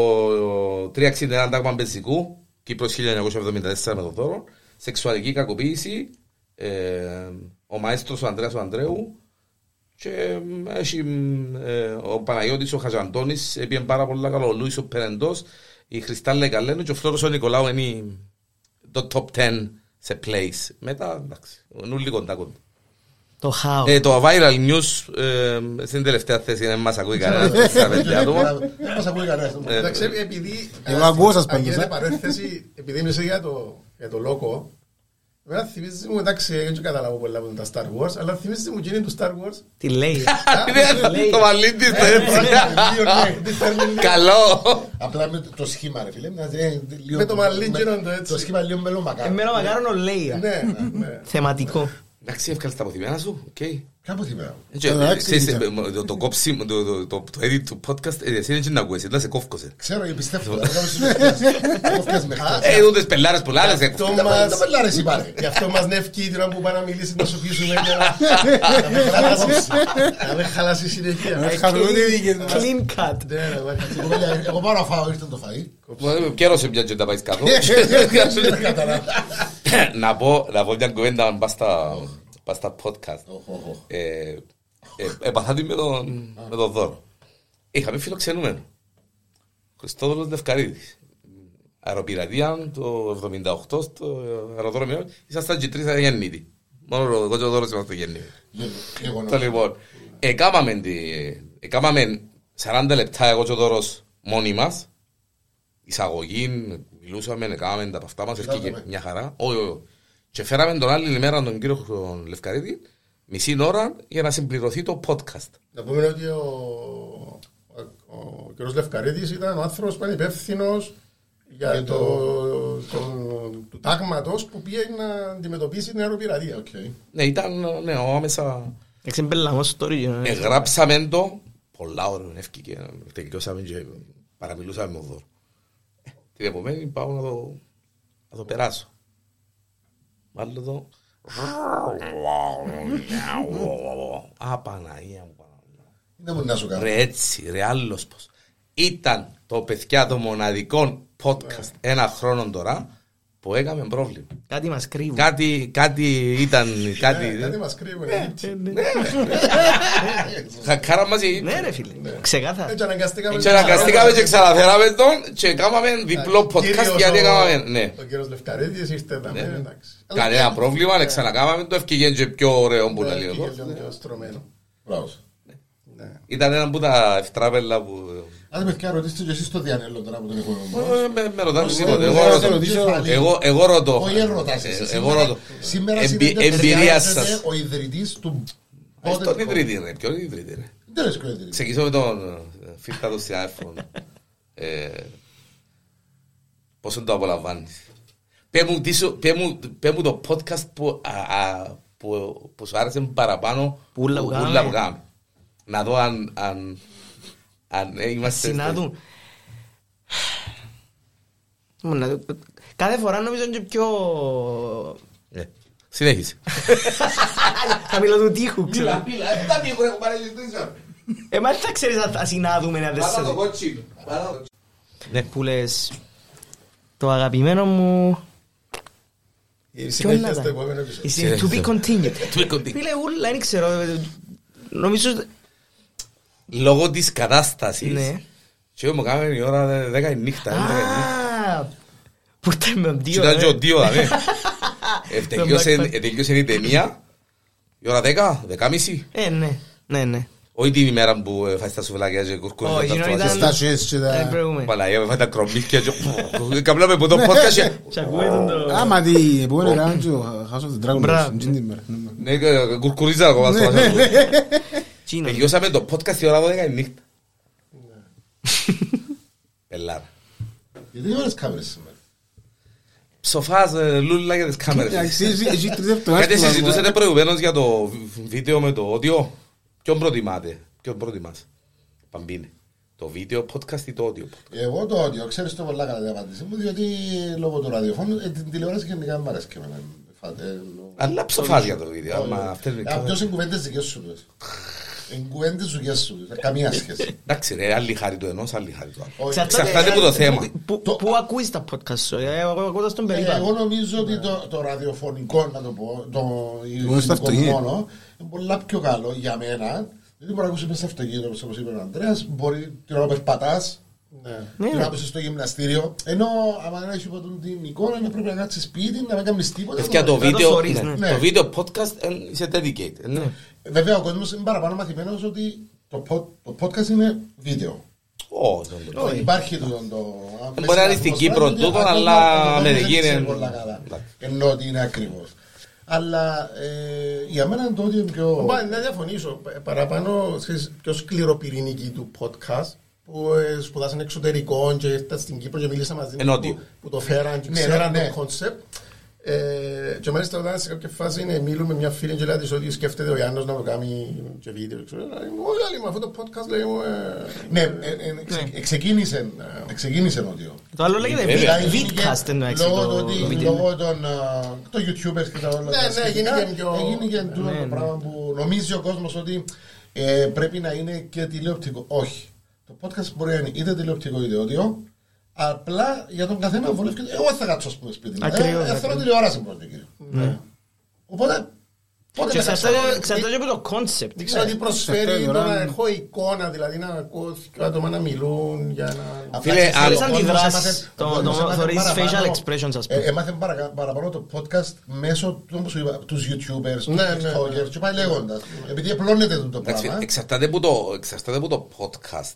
Speaker 1: το 361 τάγμα Μπεζικού, Κύπρος 1974 με τον δώρο, σεξουαλική κακοποίηση, ε, ο μαέστρος ο Ανδρέας ο Ανδρέου και ε, έχει, ε, ο Παναγιώτης ο Χαζαντώνης έπιε πάρα πολλά καλό, ο Λούις ο Περεντός, η Χριστάλλα Καλένου και ο Φλόρος ο Νικολάου είναι η- το top 10 σε plays. Μετά, εντάξει, νου λίγο κοντά κοντά.
Speaker 3: Το χάο.
Speaker 1: Ε, το viral news ε, στην τελευταία θέση δεν μας ακούει κανένα στα πέντε άτομα.
Speaker 2: Δεν μας ακούει κανένας.
Speaker 4: Εντάξει, επειδή.
Speaker 5: Εγώ ακούω σας
Speaker 4: αν
Speaker 5: πάντως,
Speaker 4: γίνεται
Speaker 5: ε.
Speaker 4: παρένθεση, επειδή μιλήσα για το, για το λόγο, εμένα θυμίζει μου, εντάξει, δεν καταλάβω πολλά από τα Star Wars, αλλά θυμίζει μου εκείνη του Star Wars.
Speaker 3: Τι
Speaker 1: (laughs)
Speaker 3: λέει.
Speaker 1: Είναι Το μαλλίτι στο έτσι. Καλό.
Speaker 2: Απλά με το- το σχήμα, ρε φίλε. μοιάζει, ε, λίγο-
Speaker 4: Με το μαλλί γίνονται έτσι.
Speaker 2: Το σχήμα λίγο μελομακάρο.
Speaker 3: Εμένα μακάρονο λέει.
Speaker 4: Ναι, ναι.
Speaker 3: Θεματικό.
Speaker 1: Εντάξει, έφυγες τα αποθυμένα σου, οκ.
Speaker 2: Κάπου θυμάμαι.
Speaker 1: Έτσι,
Speaker 5: Εντάξει,
Speaker 1: ξέρεις,
Speaker 5: ήταν.
Speaker 1: ε, το- Το κόψιμο, το- το- το το edit του podcast, ε, εσύ δεν να ακούεις, ήταν σε κόφκωσε.
Speaker 2: Ξέρω, εμπιστεύω. το, θα κάνω συνέντευξη. Θα το φτιάξουμε.
Speaker 1: Ε, ούτε πελάρες πολλά, άλλες σε κόφκωσε.
Speaker 4: Το
Speaker 2: Τα
Speaker 4: μας-
Speaker 2: τα πελάρες υπάρχει.
Speaker 4: Γι' αυτό μας νεύκει την ώρα που πάει να μιλήσει να σου πείσουμε για να- να με χαλάσεις. Να με χαλάσεις η συνέχεια.
Speaker 5: Ε, χαλούν οι δίκες μας.
Speaker 3: Clean cut.
Speaker 4: Ναι, ρε, μάκα.
Speaker 2: Εγώ, παιδιά, Εγώ πάω να φάω, ήρθε το φαΐ.
Speaker 1: Μα, Κέρωσε μια και να πάεις κάτω.
Speaker 5: Ναι.
Speaker 1: Να πω, να πω μια κουβέντα αν πας στα- πας στα podcast.
Speaker 2: Οχ, οχ, οχ.
Speaker 1: Ε, ε, Επαθά την με τον με τον δώρο. Είχαμε φιλοξενούμενο. Χριστόδουλος Λευκαρίδης. Αεροπειρατεία το 78 στο αεροδρόμιο. Ήσασταν και τρεις αγεννήτοι. Μόνο ο Κότσο Δώρος είμαστε γεννήτοι.
Speaker 2: Γε- γεγονός.
Speaker 1: Το λοιπόν, εκάμαμε, τη- εκάμαμε 40 λεπτά εγώ και ο Δώρος μόνοι μας, εισαγωγή, μιλούσαμε, εκάμαμε τα παυτά μας,
Speaker 2: Φυλάκαμε.
Speaker 1: έρχεται μια χαρά. Όχι, όχι. Και φέραμε τον άλλη μέρα τον κύριο τον Λευκαρίδη, μισή ώρα για να συμπληρωθεί το podcast.
Speaker 4: Να πούμε ότι ο, ο, ο κ. Λευκαρίδης ήταν ο άνθρωπος που ήταν υπεύθυνος για το, το, του τάγματος που πήγε να αντιμετωπίσει την αεροπειρατεία.
Speaker 2: Οκ.
Speaker 1: Ναι, ήταν ναι, ο άμεσα.
Speaker 3: Έξε μπελαμό Ε, story.
Speaker 1: Ναι.
Speaker 3: ε.
Speaker 1: Εγράψαμε το, πολλά ωραία ευκήκε, τελειώσαμε και παραμιλούσαμε με τον Δώρο. Ε, Την επομένη πάω να το, να το περάσω. Βάλω το. Α, Παναγία μου, Παναγία.
Speaker 2: Δεν μπορεί να σου κάνω.
Speaker 1: Ρε έτσι, ρε άλλος πως. Ήταν το παιδιά το μοναδικό podcast
Speaker 3: Ναι.
Speaker 1: ένα χρόνο τώρα που έκαμε πρόβλημα.
Speaker 3: Κάτι μας κρύβουν.
Speaker 1: Κάτι, κάτι ήταν,
Speaker 4: Ε,
Speaker 3: Ναι,
Speaker 4: κάτι
Speaker 1: κάτι... Ναι,
Speaker 4: μας κρύβουν. Έτσι.
Speaker 1: Χακάρα μας η-
Speaker 3: Ναι ρε φίλε. Ξεκάθαρα.
Speaker 5: Ε,
Speaker 4: Έτσι αναγκαστήκαμε.
Speaker 1: Και αναγκαστήκαμε και ξαναφέραμε τον και κάναμε διπλό podcast γιατί έκαναμε, ναι.
Speaker 4: Ο κύριος Λευκαρίδης ήρθε να
Speaker 1: ναι.
Speaker 4: μένει, εντάξει.
Speaker 1: Κανένα πρόβλημα, να ξανακάμαμε το, ευκήγεν και πιο ωραίο που λέει εδώ.
Speaker 4: στρωμένο.
Speaker 2: Μπράβο σου.
Speaker 4: Ναι.
Speaker 1: Ήταν ένα από τα ευτράπελα που...
Speaker 2: Άντε παιδιά, ρωτήστε και εσείς το διανέλο τώρα που τον έχω
Speaker 1: Ε, ε, Με, με ρωτάς τίποτε,
Speaker 5: ε,
Speaker 1: εγώ
Speaker 5: ε,
Speaker 1: ρωτώ.
Speaker 5: ε, ρωτήσω.
Speaker 1: Εγώ, εγώ ρωτώ.
Speaker 2: Όχι, δεν ρωτάς
Speaker 1: Ε,
Speaker 2: εσύ.
Speaker 1: Εγώ
Speaker 2: Σήμερα-
Speaker 1: ρωτώ.
Speaker 2: Σήμερα
Speaker 1: Εμπει-
Speaker 2: συνέντευξη
Speaker 1: Εμπειρίας
Speaker 2: χρειάζεται
Speaker 1: σας.
Speaker 2: Ο ιδρυτής του...
Speaker 1: Ε,
Speaker 2: Πότε-
Speaker 1: Στον ιδρύτη ρε, ποιον ιδρύτη ρε.
Speaker 2: Δεν λες και ο ιδρυτής.
Speaker 1: Ξεκινήσω με τον ε, φίλτα του συνάδελφων. Ε, Πόσο το απολαμβάνεις. Πες μου τι σου- πες μου- πες μου το podcast που, α, α, που, που σου άρεσε παραπάνω
Speaker 3: Που ούλα που κάναμε.
Speaker 1: κάναμε. Να δω αν, αν, αν ε, είμαστε...
Speaker 3: Συνάδουν. Μου να δω- Κάθε φορά νομίζω είναι και πιο...
Speaker 1: Ε, Συνέχισε.
Speaker 3: Χαμηλό του τείχου, ξέρω.
Speaker 1: μίλα. Δεν πήγε έχω πάρει
Speaker 3: Εμάς θα ξέρεις αν θα συνάδουμε αν δεν σε δει.
Speaker 1: κότσινο. Ναι.
Speaker 3: Που λες... Το αγαπημένο μου...
Speaker 4: Η
Speaker 3: Ποιο
Speaker 4: συνέχεια
Speaker 3: να
Speaker 4: στο
Speaker 3: τα...
Speaker 4: επόμενο επεισόδιο.
Speaker 3: Is to be continued.
Speaker 1: Ε, To be continued.
Speaker 3: Φίλε, ούλα, δεν ξέρω. ε, Νομίζω...
Speaker 1: Λόγω της κατάστασης.
Speaker 3: Ναι.
Speaker 1: Και μου κάμεν η ώρα 10 η νύχτα. είναι δέκα η νύχτα.
Speaker 3: Α, Που ήταν με τον Τίο,
Speaker 1: Ήταν
Speaker 3: ε.
Speaker 1: και ο Ντίο,
Speaker 3: (laughs)
Speaker 1: δηλαδή. Ε,
Speaker 3: Τον
Speaker 1: τελείωσε-
Speaker 3: Black Panther.
Speaker 1: ε, Τελείωσε η ταινία. Η ώρα 10, 10.30.
Speaker 3: Ε, ναι, ναι, ναι.
Speaker 1: Όχι την ημέρα που ε, φάεις τα σουβλάκια και κουρκούρες.
Speaker 3: Όχι,
Speaker 1: και τα
Speaker 3: η ώρα
Speaker 1: αυτοκόλλητα.
Speaker 3: ήταν-
Speaker 5: Στα σες και
Speaker 3: Ε,
Speaker 5: τα...
Speaker 3: προηγούμε.
Speaker 1: Παλαγία, με φάει τα κρομμύθια και... (laughs) Καπνάμε που το
Speaker 3: Ναι.
Speaker 1: podcast και-
Speaker 3: Σ' ακούει τον το...
Speaker 5: Άμα τι επόμενο έκαναν και ο House of the Dragon
Speaker 3: Μπράβο.
Speaker 5: στην την ημέρα. Ναι.
Speaker 1: Ναι, ε, κουρκουρίζα ακόμα
Speaker 3: Ναι,
Speaker 1: στο βάζα του.
Speaker 3: Τσίνο.
Speaker 1: Τελειώσαμε
Speaker 3: Ναι.
Speaker 1: το podcast η ώρα 12 η νύχτα. Πελάρα.
Speaker 2: Οι δύο ώρες κάμερες σήμερα.
Speaker 1: Ψοφάς ε, λούλα για τις κάμερες.
Speaker 5: Εντάξει, (laughs) εσύ- εσύ τριδεύτο
Speaker 1: Γιατί
Speaker 5: άσπρο,
Speaker 1: συζητούσατε
Speaker 5: άκουα.
Speaker 1: προηγουμένως για το β- βίντεο με το audio. Ποιον προτιμάτε, ποιον προτιμάς. Παμπίνε. Το βίντεο podcast ή το audio. podcast?
Speaker 2: Εγώ το όντιο, ξέρεις το πολλά καλά την απάντηση μου, διότι λόγω του ραδιοφώνου, ε, την τηλεόραση γενικά μου αρέσει και εμένα. Φα- ε, λο-
Speaker 1: Αλλά ψοφάς για το βίντεο. άμα
Speaker 2: Ε,
Speaker 1: αυτό είναι η
Speaker 2: Α,
Speaker 1: κάμερα.
Speaker 2: ποιος είναι κουβέντες δικές σου πες. Είναι κουβέντες δικές σου, καμία σχέση.
Speaker 1: Εντάξει ρε, άλλη χάρη του ενός, άλλη χάρη του άλλου.
Speaker 2: Όχι.
Speaker 1: Εξαρτάται
Speaker 3: ε,
Speaker 1: από το θέμα.
Speaker 3: Πού-
Speaker 2: Το-
Speaker 3: Πού ακούεις τα podcast σου, ε, εγώ ακούω τα στον
Speaker 2: Ε, Εγώ
Speaker 3: περίπατο.
Speaker 2: νομίζω ότι το, το ραδιοφωνικό, να το πω, το
Speaker 5: Εγώ
Speaker 2: ηχητικό
Speaker 5: στο αυτοκίνητο.
Speaker 2: μόνο, είναι πολύ πιο καλό για μένα. Δεν μπορεί να ακούσει μέσα στο αυτοκίνητο, όπως- όπως είπε ο Ανδρέας, μπορεί την ώρα που περπατάς,
Speaker 4: Ναι.
Speaker 3: Ναι,
Speaker 2: την ώρα που είσαι στο γυμναστήριο. Ενώ, άμα δεν έχεις ποτέ την εικόνα, να πρέπει να κάτσεις σπίτι, να μην κάνεις τίποτα.
Speaker 1: Παιδιά, το
Speaker 3: να το
Speaker 1: βίντεο,
Speaker 3: σωρείς,
Speaker 1: ναι.
Speaker 2: ναι.
Speaker 1: το βίντεο podcast ε, είσαι dedicated. ναι.
Speaker 2: Βέβαια, ο κόσμος είναι παραπάνω μαθημένος ότι το, πο- το podcast είναι βίντεο.
Speaker 1: Ω, ναι, δεν το λέω.
Speaker 2: Δεν Υπάρχει το. το- το-
Speaker 1: Ε, Μπορεί να είναι στην Κύπρο
Speaker 2: το-
Speaker 1: τούτο,
Speaker 2: το-
Speaker 1: αλλά
Speaker 2: το- το-
Speaker 1: Αμερική
Speaker 2: δεν ξέρω
Speaker 1: είναι-
Speaker 2: πολλά καλά.
Speaker 1: Εντάξει.
Speaker 2: Ενώ ότι είναι ακριβώς. Αλλά ε, για μένα είναι το ότι είναι πιο.
Speaker 4: Μα, να διαφωνήσω Ε, παραπάνω στις πιο σκληροπυρηνική του podcast που ε, σπουδάσαν εξωτερικών και ήρθαν στην Κύπρο και μιλήσαμε μαζί
Speaker 1: Ενώ
Speaker 4: του
Speaker 1: τι.
Speaker 4: που, που το φέραν και
Speaker 2: Ναι,
Speaker 4: ξέραν
Speaker 2: ναι.
Speaker 4: το κόνσεπτ. Ε, και μάλιστα όταν σε κάποια φάση είναι, μιλούμε μια φίλη και λέει της ότι σκέφτεται ο Ιάννος να το κάνει και βίντεο. Ξέρω, λέει, μου, όχι άλλη, με αυτό το podcast λέει μου... ε,
Speaker 2: Ναι, ε, ε, ξε- ξεκίνησε, ε, ξεκίνησε ότι.
Speaker 3: Το άλλο λέγεται
Speaker 1: Ε, Βέβαια.
Speaker 3: vid- vidcast εννοέξει
Speaker 2: Δηλαδή, Ε, Λόγω του
Speaker 3: το
Speaker 2: ότι-
Speaker 3: βίντεο.
Speaker 2: λόγω των ε, των YouTubers και τα όλα
Speaker 4: Ναι,
Speaker 2: τα
Speaker 4: ναι,
Speaker 2: σχετικά,
Speaker 4: έγινε και πιο-
Speaker 2: Έγινε και τούτο
Speaker 3: ναι.
Speaker 2: το πράγμα που νομίζει ο κόσμος ότι ε, πρέπει να είναι και τηλεοπτικό. Όχι. Το podcast μπορεί να είναι είτε τηλεοπτικό είτε όντιο. Απλά για τον καθένα βολεύει. και- Εγώ θα κάτσω, ας πούμε, σπίτι μου.
Speaker 3: Ακριβώς,
Speaker 2: Ε, ε, Θέλω
Speaker 3: ακριβώς. Ναι.
Speaker 2: τηλεόραση πρώτα, κύριε. Οπότε. Πότε ε,
Speaker 3: Και
Speaker 2: να κάτσω.
Speaker 3: εξαρτάται εξαρτάται και από το κόνσεπτ.
Speaker 4: Δεν ξέρω
Speaker 2: Ναι.
Speaker 4: τι προσφέρει το
Speaker 5: Σωστά,
Speaker 4: να
Speaker 5: Ιωράν.
Speaker 4: έχω εικόνα, δηλαδή να ακούω δύο άτομα να μιλούν για να...
Speaker 2: Απλά
Speaker 1: Φίλε,
Speaker 2: ξέρεις,
Speaker 1: άλλο-
Speaker 2: ο κόσμος
Speaker 3: αντιδράσεις,
Speaker 2: έμαθε-
Speaker 3: το-
Speaker 2: ο κόσμος
Speaker 3: το-
Speaker 2: έμαθε
Speaker 3: θεωρείς
Speaker 2: παραπάνω-
Speaker 3: facial expressions, ας πούμε.
Speaker 2: Ε, Έμαθες παρακα- παραπάνω το podcast μέσω του όπως σου είπα, τους YouTubers, τους
Speaker 4: Ναι, ναι, ναι.
Speaker 2: TikTokers και πάει λέγοντας. Επειδή απλώνεται το
Speaker 1: Εντάξει,
Speaker 2: πράγμα.
Speaker 1: εξαρτάται από το, εξαρτάται από το podcast.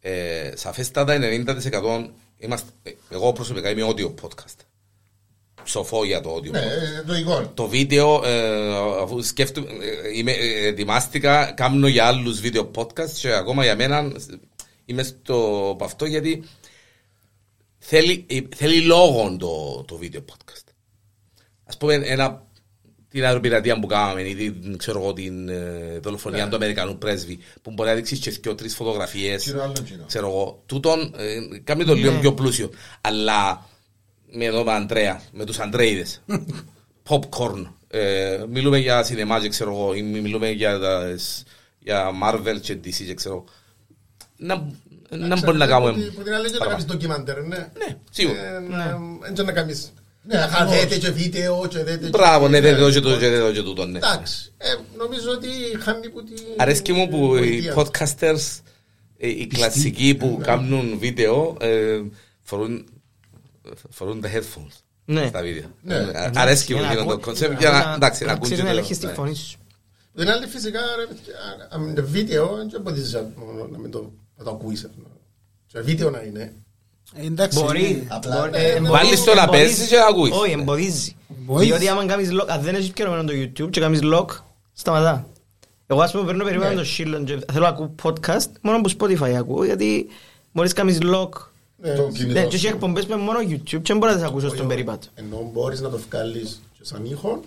Speaker 1: Ε, σαφέστατα 90% είμαστε, ε, εγώ προσωπικά είμαι audio podcast. Ψοφώ για το audio
Speaker 2: Ναι,
Speaker 1: podcast.
Speaker 2: ε, λογικό.
Speaker 1: Το βίντεο, ε, αφού σκέφτομαι, ε, είμαι, ε, ετοιμάστηκα, κάνω για άλλους βίντεο podcast και ακόμα για μένα ε, είμαι στο από αυτό γιατί θέλει, ε, θέλει λόγο το, το βίντεο podcast. Ας πούμε ένα, την αεροπειρατεία που κάναμε ή την, ξέρω εγώ, την ε, δολοφονία του Αμερικανού πρέσβη που μπορεί να δείξεις και δυο-τρεις φωτογραφίες
Speaker 2: Κοινό, άλλο κοινό.
Speaker 1: ξέρω εγώ, τούτον ε, κάνει το
Speaker 4: Ναι.
Speaker 1: λίγο πιο πλούσιο. Αλλά με εδώ με Αντρέα, με τους
Speaker 4: (laughs)
Speaker 1: Αντρέιδες, popcorn, ε, μιλούμε για σινεμά και ξέρω εγώ, ή μι- μιλούμε για, τα- σ- για Marvel και DC και ξέρω εγώ. Να, να μπορεί να κάνουμε.
Speaker 4: ε, Που την άλλη και να
Speaker 1: παραπάνω.
Speaker 4: κάνεις ντοκιμαντέρ, ναι.
Speaker 1: Ναι, σίγουρα.
Speaker 4: Ε, να- Έτσι να κάνεις.
Speaker 2: Ναι,
Speaker 4: να
Speaker 2: ακριβώς.
Speaker 4: χαθέτε και βίντεο και δέτε. και-
Speaker 1: Μπράβο, ναι, δεν δω και το- δεν δω και τούτο, ναι.
Speaker 4: Εντάξει, ε, νομίζω ότι χάνει που την...
Speaker 1: Αρέσκει μου που οι
Speaker 4: πολιτεία.
Speaker 1: podcasters, ε, οι κλασικοί
Speaker 4: Ε, ναι.
Speaker 1: που κάνουν βίντεο, ε, φορούν, ε, φορούν τα headphones.
Speaker 3: Ναι.
Speaker 1: Στα βίντεο.
Speaker 2: Ναι.
Speaker 1: Ε, Αρέσκει μου
Speaker 3: Για να
Speaker 1: εκείνο το
Speaker 3: ακούω-
Speaker 1: κόνσεπτ για να εντάξει, να ακούνε
Speaker 3: ξέρεις
Speaker 1: και
Speaker 3: να
Speaker 1: το-
Speaker 3: ελέγχεις τη
Speaker 1: ναι.
Speaker 3: φωνή σου.
Speaker 4: Απ' την άλλη φυσικά, ρε, παιδιά, αν είναι βίντεο, δεν μπορείς να- να μην το- να το ακούεις. Και βίντεο να είναι.
Speaker 5: Ε, Εντάξει.
Speaker 3: Μπορεί.
Speaker 5: ναι.
Speaker 2: Απλά,
Speaker 3: μπορεί-
Speaker 2: ε,
Speaker 3: εμποδίζει-
Speaker 1: βάλεις το να
Speaker 3: εμποδίζει-
Speaker 1: παίζεις και να ακούεις.
Speaker 3: Όχι,
Speaker 1: Ναι.
Speaker 3: εμποδίζει.
Speaker 5: Εμποδίζει.
Speaker 3: Διότι άμα κάνεις lock, αν δεν έχεις πιερωμένο το YouTube και κάνεις lock, σταματά. Εγώ ας πούμε παίρνω
Speaker 2: Ναι.
Speaker 3: περίπου το σύλλον και θέλω να ακούω podcast, μόνο που Spotify ακούω, γιατί μπορείς να κάνεις lock.
Speaker 2: το
Speaker 3: Ναι,
Speaker 2: κινητό
Speaker 3: και έχει
Speaker 2: σου.
Speaker 3: εκπομπές με μόνο YouTube και δεν μπορείς να τις ακούσεις στον περίπατο.
Speaker 4: Ενώ μπορείς να το βγάλεις και σαν ήχο,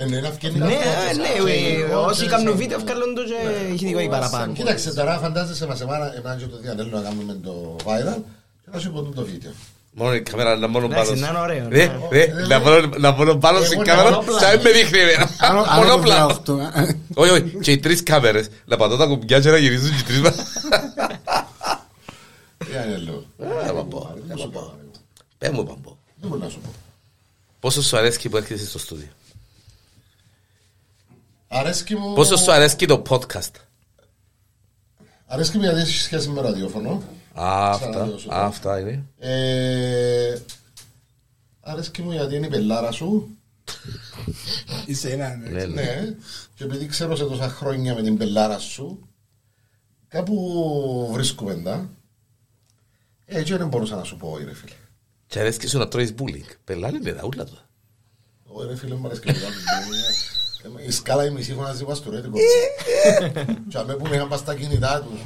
Speaker 2: Εννοεί να βγαίνει
Speaker 3: Ναι,
Speaker 2: κάτι
Speaker 3: ε,
Speaker 2: σαν-
Speaker 3: ναι,
Speaker 2: σαν-
Speaker 3: ε,
Speaker 2: σαν-
Speaker 3: όσοι
Speaker 2: σαν-
Speaker 3: κάνουν
Speaker 2: σαν-
Speaker 3: βίντεο βγάλουν το και ηχητικό ή παραπάνω.
Speaker 2: Κοίταξε τώρα, φαντάζεσαι μας εμάνα, εμάνα και το διαδέλω να κάνουμε το viral και να σου πω το βίντεο.
Speaker 1: Μόνο η κάμερα να μόνο
Speaker 3: Εντάξει,
Speaker 1: πάνω.
Speaker 3: να είναι ωραίο,
Speaker 1: Ρε,
Speaker 3: ναι.
Speaker 1: ρε, να μόνο- Να μόνο πάνω στην
Speaker 2: Εγώ
Speaker 1: κάμερα,
Speaker 2: να μονοπλάνο.
Speaker 1: σαν με δείχνει εμένα.
Speaker 5: Άρα- άρα το
Speaker 1: Μονοπλάνο.
Speaker 5: βράδυ (laughs) αυτό, ε.
Speaker 1: Όχι, όχι, και οι τρεις κάμερες. Να πατώ τα κουμπιά και να γυρίζουν και οι τρεις μας. (laughs)
Speaker 2: Για είναι λέω.
Speaker 1: Ε, θα πω,
Speaker 2: Δεν σου πω.
Speaker 1: Πες μου, Παμπό.
Speaker 2: Δεν μπορεί να σου πω.
Speaker 1: Πόσο σου αρέσκει που έρχεσαι στο στούντιο.
Speaker 2: Αρέσκει μου...
Speaker 1: Πόσο σου αρέσκει το podcast.
Speaker 2: Αρέσκει μου γιατί έχει σχέση με ραδιόφωνο.
Speaker 1: Α, αυτά,
Speaker 2: Σαν να δώσω το.
Speaker 1: α, αυτά είναι.
Speaker 2: Ε, αρέσκει μου γιατί είναι η πελάρα σου.
Speaker 5: Εσένα, ναι.
Speaker 1: Ναι, ναι.
Speaker 2: Ναι. Και επειδή ξέρω σε τόσα χρόνια με την πελάρα σου, κάπου βρίσκουμε τα. Έτσι δεν μπορούσα να σου πω, ρε φίλε.
Speaker 1: Και αρέσκει σου να τρώεις bullying. Πελάνε με τα ούλα τους.
Speaker 2: Ω, ρε φίλε, μου αρέσει και το Ε, κάνω. Η σκάλα η μισή φωνάζει παστορέτικο. Και αμέ που είχαν πας τα κινητά τους.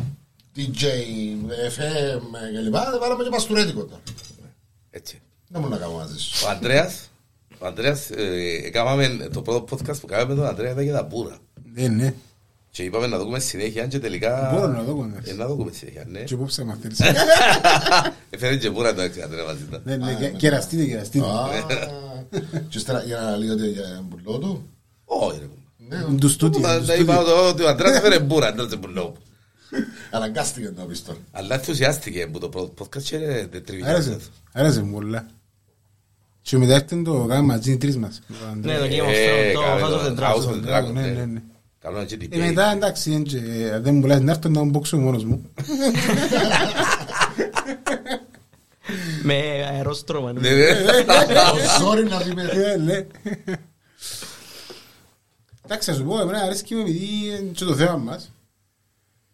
Speaker 2: DJ, FM κλπ. Δεν βάλαμε και παστούρετικο τώρα.
Speaker 1: Έτσι.
Speaker 2: Δεν μου να κάνω μαζί σου.
Speaker 1: Ο Ανδρέας, ο Ανδρέας, ε, έκαναμε το πρώτο podcast που κάναμε με τον Ανδρέα ήταν για τα μπούρα.
Speaker 5: Ναι, ναι.
Speaker 1: Και είπαμε να δούμε συνέχεια και τελικά...
Speaker 5: Μπορώ να δω, ναι.
Speaker 1: Ε, να δούμε συνέχεια, ναι.
Speaker 5: Και πόψα μαθαίνεις.
Speaker 1: Ε, Φέρνει και μπούρα εντάξει, Ανδρέα μαζί ήταν.
Speaker 5: Ναι, ναι, κεραστείτε, κεραστείτε.
Speaker 2: Α, Και ύστερα για να ε, λέγατε για μπουλό του.
Speaker 1: Όχι ρε. κουμπά.
Speaker 2: Ναι,
Speaker 5: Του στούτι.
Speaker 1: Μα, τα Είπα το- ότι ο Ανδρέας έφερε μπούρα, δεν ήταν μπουλό.
Speaker 2: αναγκάστηκε να πεις τώρα.
Speaker 1: Αλλά ενθουσιάστηκε που το πρώτο podcast και ε, δεν
Speaker 5: Άρεσε,
Speaker 1: τριβήκε.
Speaker 5: άρεσε μου πολλά. Και μετά έρθεν το κάναμε μαζί οι τρεις μας.
Speaker 3: Ναι, το Game of
Speaker 1: Ε,
Speaker 3: Thrones, το
Speaker 1: κάμε
Speaker 3: House of the
Speaker 1: το
Speaker 3: Dragon.
Speaker 1: House of the
Speaker 5: Dragon,
Speaker 1: Dragon,
Speaker 5: ναι,
Speaker 1: ναι.
Speaker 5: ναι, ναι.
Speaker 1: Καλό να και την
Speaker 5: Ε, Μετά εντάξει, εν και, ε, δεν μου λες να έρθω να μου μπόξω μόνος μου.
Speaker 1: (laughs)
Speaker 3: Με αερόστρωμα. ναι.
Speaker 2: Sorry να ρημέρω.
Speaker 5: Ε, λέει. Εντάξει, θα σου πω, εμένα αρέσκει μου επειδή είναι και το θέμα μας.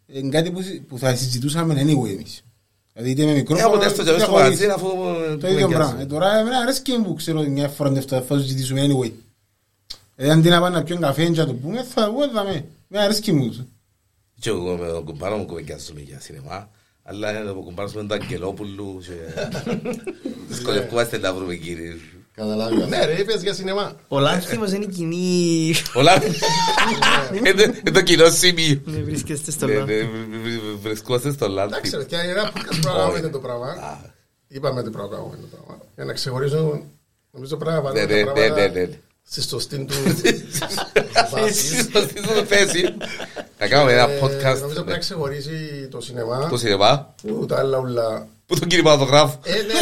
Speaker 5: Είναι κάτι που, συ- που θα συζητούσαμε anyway εμείς. Δηλαδή είτε με
Speaker 1: Ε,
Speaker 5: μικρόφωνο,
Speaker 1: από τέστο και
Speaker 5: είτε
Speaker 1: μέσα στο
Speaker 5: χωρίς.
Speaker 1: μαγαζί, αφού... ε,
Speaker 5: Το ίδιο
Speaker 1: κουβεντιάζουμε.
Speaker 5: πράγμα. Ε, Τώρα εμένα αρέσκει μου που ξέρω ότι μια φορά την θα συζητήσουμε anyway. Ε, αντί να πάμε να πιούμε καφέ και να το πούμε, θα εγώ δαμε. Εμένα αρέσκει μου.
Speaker 1: Και εγώ με τον κουμπάρο μου κουβεντιάζουμε για σινεμά. Αλλά ε, ο κουμπάρος μου είναι του Αγγελόπουλου
Speaker 5: (laughs)
Speaker 1: και... Δυσκολευκούμαστε να βρούμε κύριε.
Speaker 2: Καταλάβεις.
Speaker 4: Ναι, ρε, είπες για σινεμά.
Speaker 3: Ο λάνθιμος είναι κοινή.
Speaker 1: Πολλά... Ε, το- ε, Το κοινό σημείο.
Speaker 3: Δεν βρίσκεστε στο
Speaker 1: Ναι, ναι,
Speaker 3: λάνθιμο.
Speaker 1: β- β- β- βρισκόμαστε στο λάντι.
Speaker 4: Εντάξει, ρε, και ένα podcast πρέπει να κάνουμε το πράγμα. Είπαμε ότι πρέπει να κάνουμε το πράγμα. Για να ξεχωρίζουν, νομίζω πρέπει να
Speaker 1: Ναι,
Speaker 4: βάλουμε
Speaker 1: ναι,
Speaker 4: τα
Speaker 1: ναι, ναι,
Speaker 4: πράγματα
Speaker 1: ναι.
Speaker 4: στη σωστή του
Speaker 1: (laughs)
Speaker 4: βάση.
Speaker 1: Στη σωστή σου θέση. Να κάνουμε (laughs) ένα
Speaker 4: Ε, Νομίζω
Speaker 1: podcast
Speaker 4: πρέπει να
Speaker 1: ναι,
Speaker 4: ξεχωρίζει το σινεμά
Speaker 1: το σινεμά.
Speaker 4: που τα άλλα ούλα.
Speaker 1: Πού τον κινηματογράφο. (laughs)
Speaker 4: Ε, ναι,